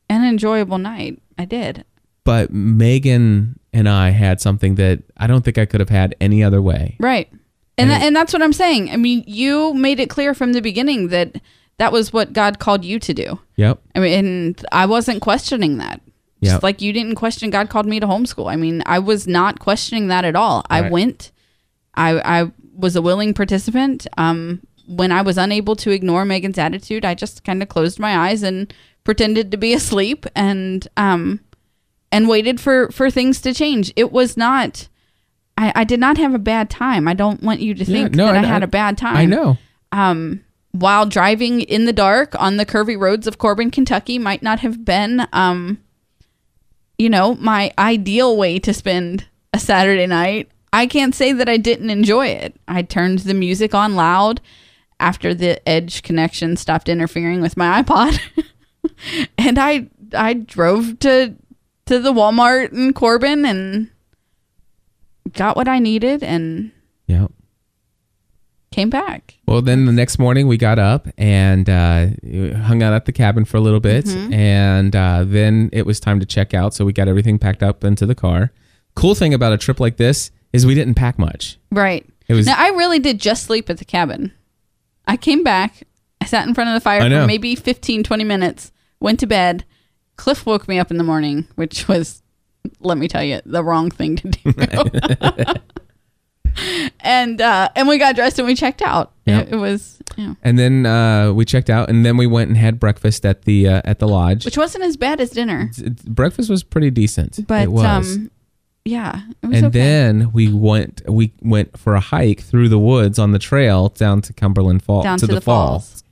Speaker 5: an enjoyable night. I did.
Speaker 1: but Megan and I had something that I don't think I could have had any other way.
Speaker 5: Right. And that, and that's what I'm saying. I mean, you made it clear from the beginning that that was what God called you to do.
Speaker 1: Yep.
Speaker 5: I mean, and I wasn't questioning that.
Speaker 1: Yeah.
Speaker 5: Just like you didn't question God called me to homeschool. I mean, I was not questioning that at all. I
Speaker 1: Right.
Speaker 5: went. I I was a willing participant. Um, when I was unable to ignore Megan's attitude, I just kind of closed my eyes and pretended to be asleep and um and waited for for things to change. It was not. I, I did not have a bad time. I don't want you to think that I, had
Speaker 1: a
Speaker 5: a bad time
Speaker 1: I know.
Speaker 5: while driving in the dark on the curvy roads of Corbin, Kentucky might not have been um you know, my ideal way to spend a Saturday night. I can't say that I didn't enjoy it. I turned the music on loud after the edge connection stopped interfering with my iPod. (laughs) and I I drove to to the Walmart in Corbin and got what I needed and
Speaker 1: Yep.
Speaker 5: came back.
Speaker 1: Well, then the next morning we got up and uh, hung out at the cabin for a little bit,
Speaker 5: Mm-hmm.
Speaker 1: and uh, then it was time to check out. So we got everything packed up into the car. Cool thing about a trip like this is we didn't pack much.
Speaker 5: Right.
Speaker 1: It was-
Speaker 5: now I really did just sleep at the cabin. I came back. I sat in front of the fire
Speaker 1: I know.
Speaker 5: for maybe 15, 20 minutes, went to bed. Cliff woke me up in the morning, which was, let me tell you, the wrong thing to do.
Speaker 1: (laughs)
Speaker 5: and uh, and we got dressed and we checked out.
Speaker 1: Yeah.
Speaker 5: It, it was, you know,
Speaker 1: And then uh, we checked out, and then we went and had breakfast at the uh, at the lodge.
Speaker 5: which wasn't as bad as dinner,
Speaker 1: It's- breakfast was pretty decent.
Speaker 5: but
Speaker 1: it was.
Speaker 5: um, yeah, it was
Speaker 1: and
Speaker 5: okay.
Speaker 1: then we went we went for a hike through the woods on the trail down to Cumberland Falls
Speaker 5: Down
Speaker 1: to, the, falls.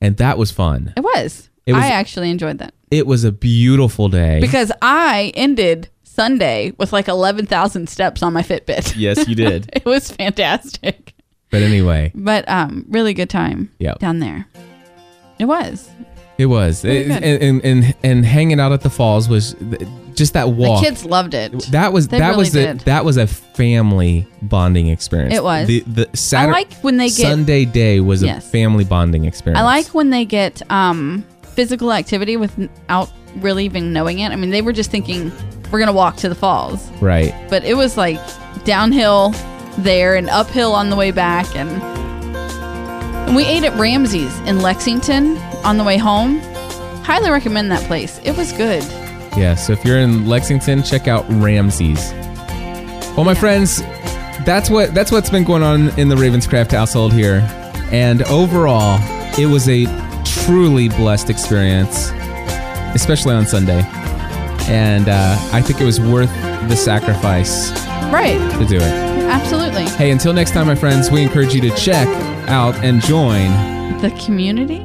Speaker 1: and that was fun.
Speaker 5: it was.
Speaker 1: It was-
Speaker 5: I actually enjoyed that
Speaker 1: It was a beautiful day.
Speaker 5: because I ended Sunday with like 11,000 steps on my Fitbit.
Speaker 1: yes, you did.
Speaker 5: (laughs) it was fantastic.
Speaker 1: but anyway,
Speaker 5: but um really good time
Speaker 1: Yep.
Speaker 5: down there it was
Speaker 1: it was
Speaker 5: Really
Speaker 1: It-
Speaker 5: good.
Speaker 1: and, and and and hanging out at the falls was th- just that walk.
Speaker 5: the kids loved it
Speaker 1: that was
Speaker 5: they
Speaker 1: that was
Speaker 5: really
Speaker 1: the,
Speaker 5: did.
Speaker 1: that was a family bonding experience.
Speaker 5: It was.
Speaker 1: the the
Speaker 5: i
Speaker 1: Saturday
Speaker 5: like when they get
Speaker 1: Sunday day was
Speaker 5: Yes.
Speaker 1: a family bonding experience.
Speaker 5: i like when they get um physical activity without really even knowing it i mean they were just thinking we're gonna walk to the falls
Speaker 1: right.
Speaker 5: but it was like downhill there and uphill on the way back and and we ate at ramsey's in lexington on the way home highly recommend that place it was good
Speaker 1: Yeah, so if you're in Lexington, check out Ramses. Well, my friends, that's what that's what's been going on in the Ravenscraft household here. And overall, it was a truly blessed experience, especially on Sunday. And uh, I think it was worth the sacrifice
Speaker 5: right
Speaker 1: to do it.
Speaker 5: absolutely
Speaker 1: Hey, until next time, my friends, we encourage you to check out and join.
Speaker 5: The (laughs) community?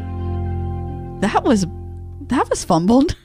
Speaker 5: That was that was fumbled.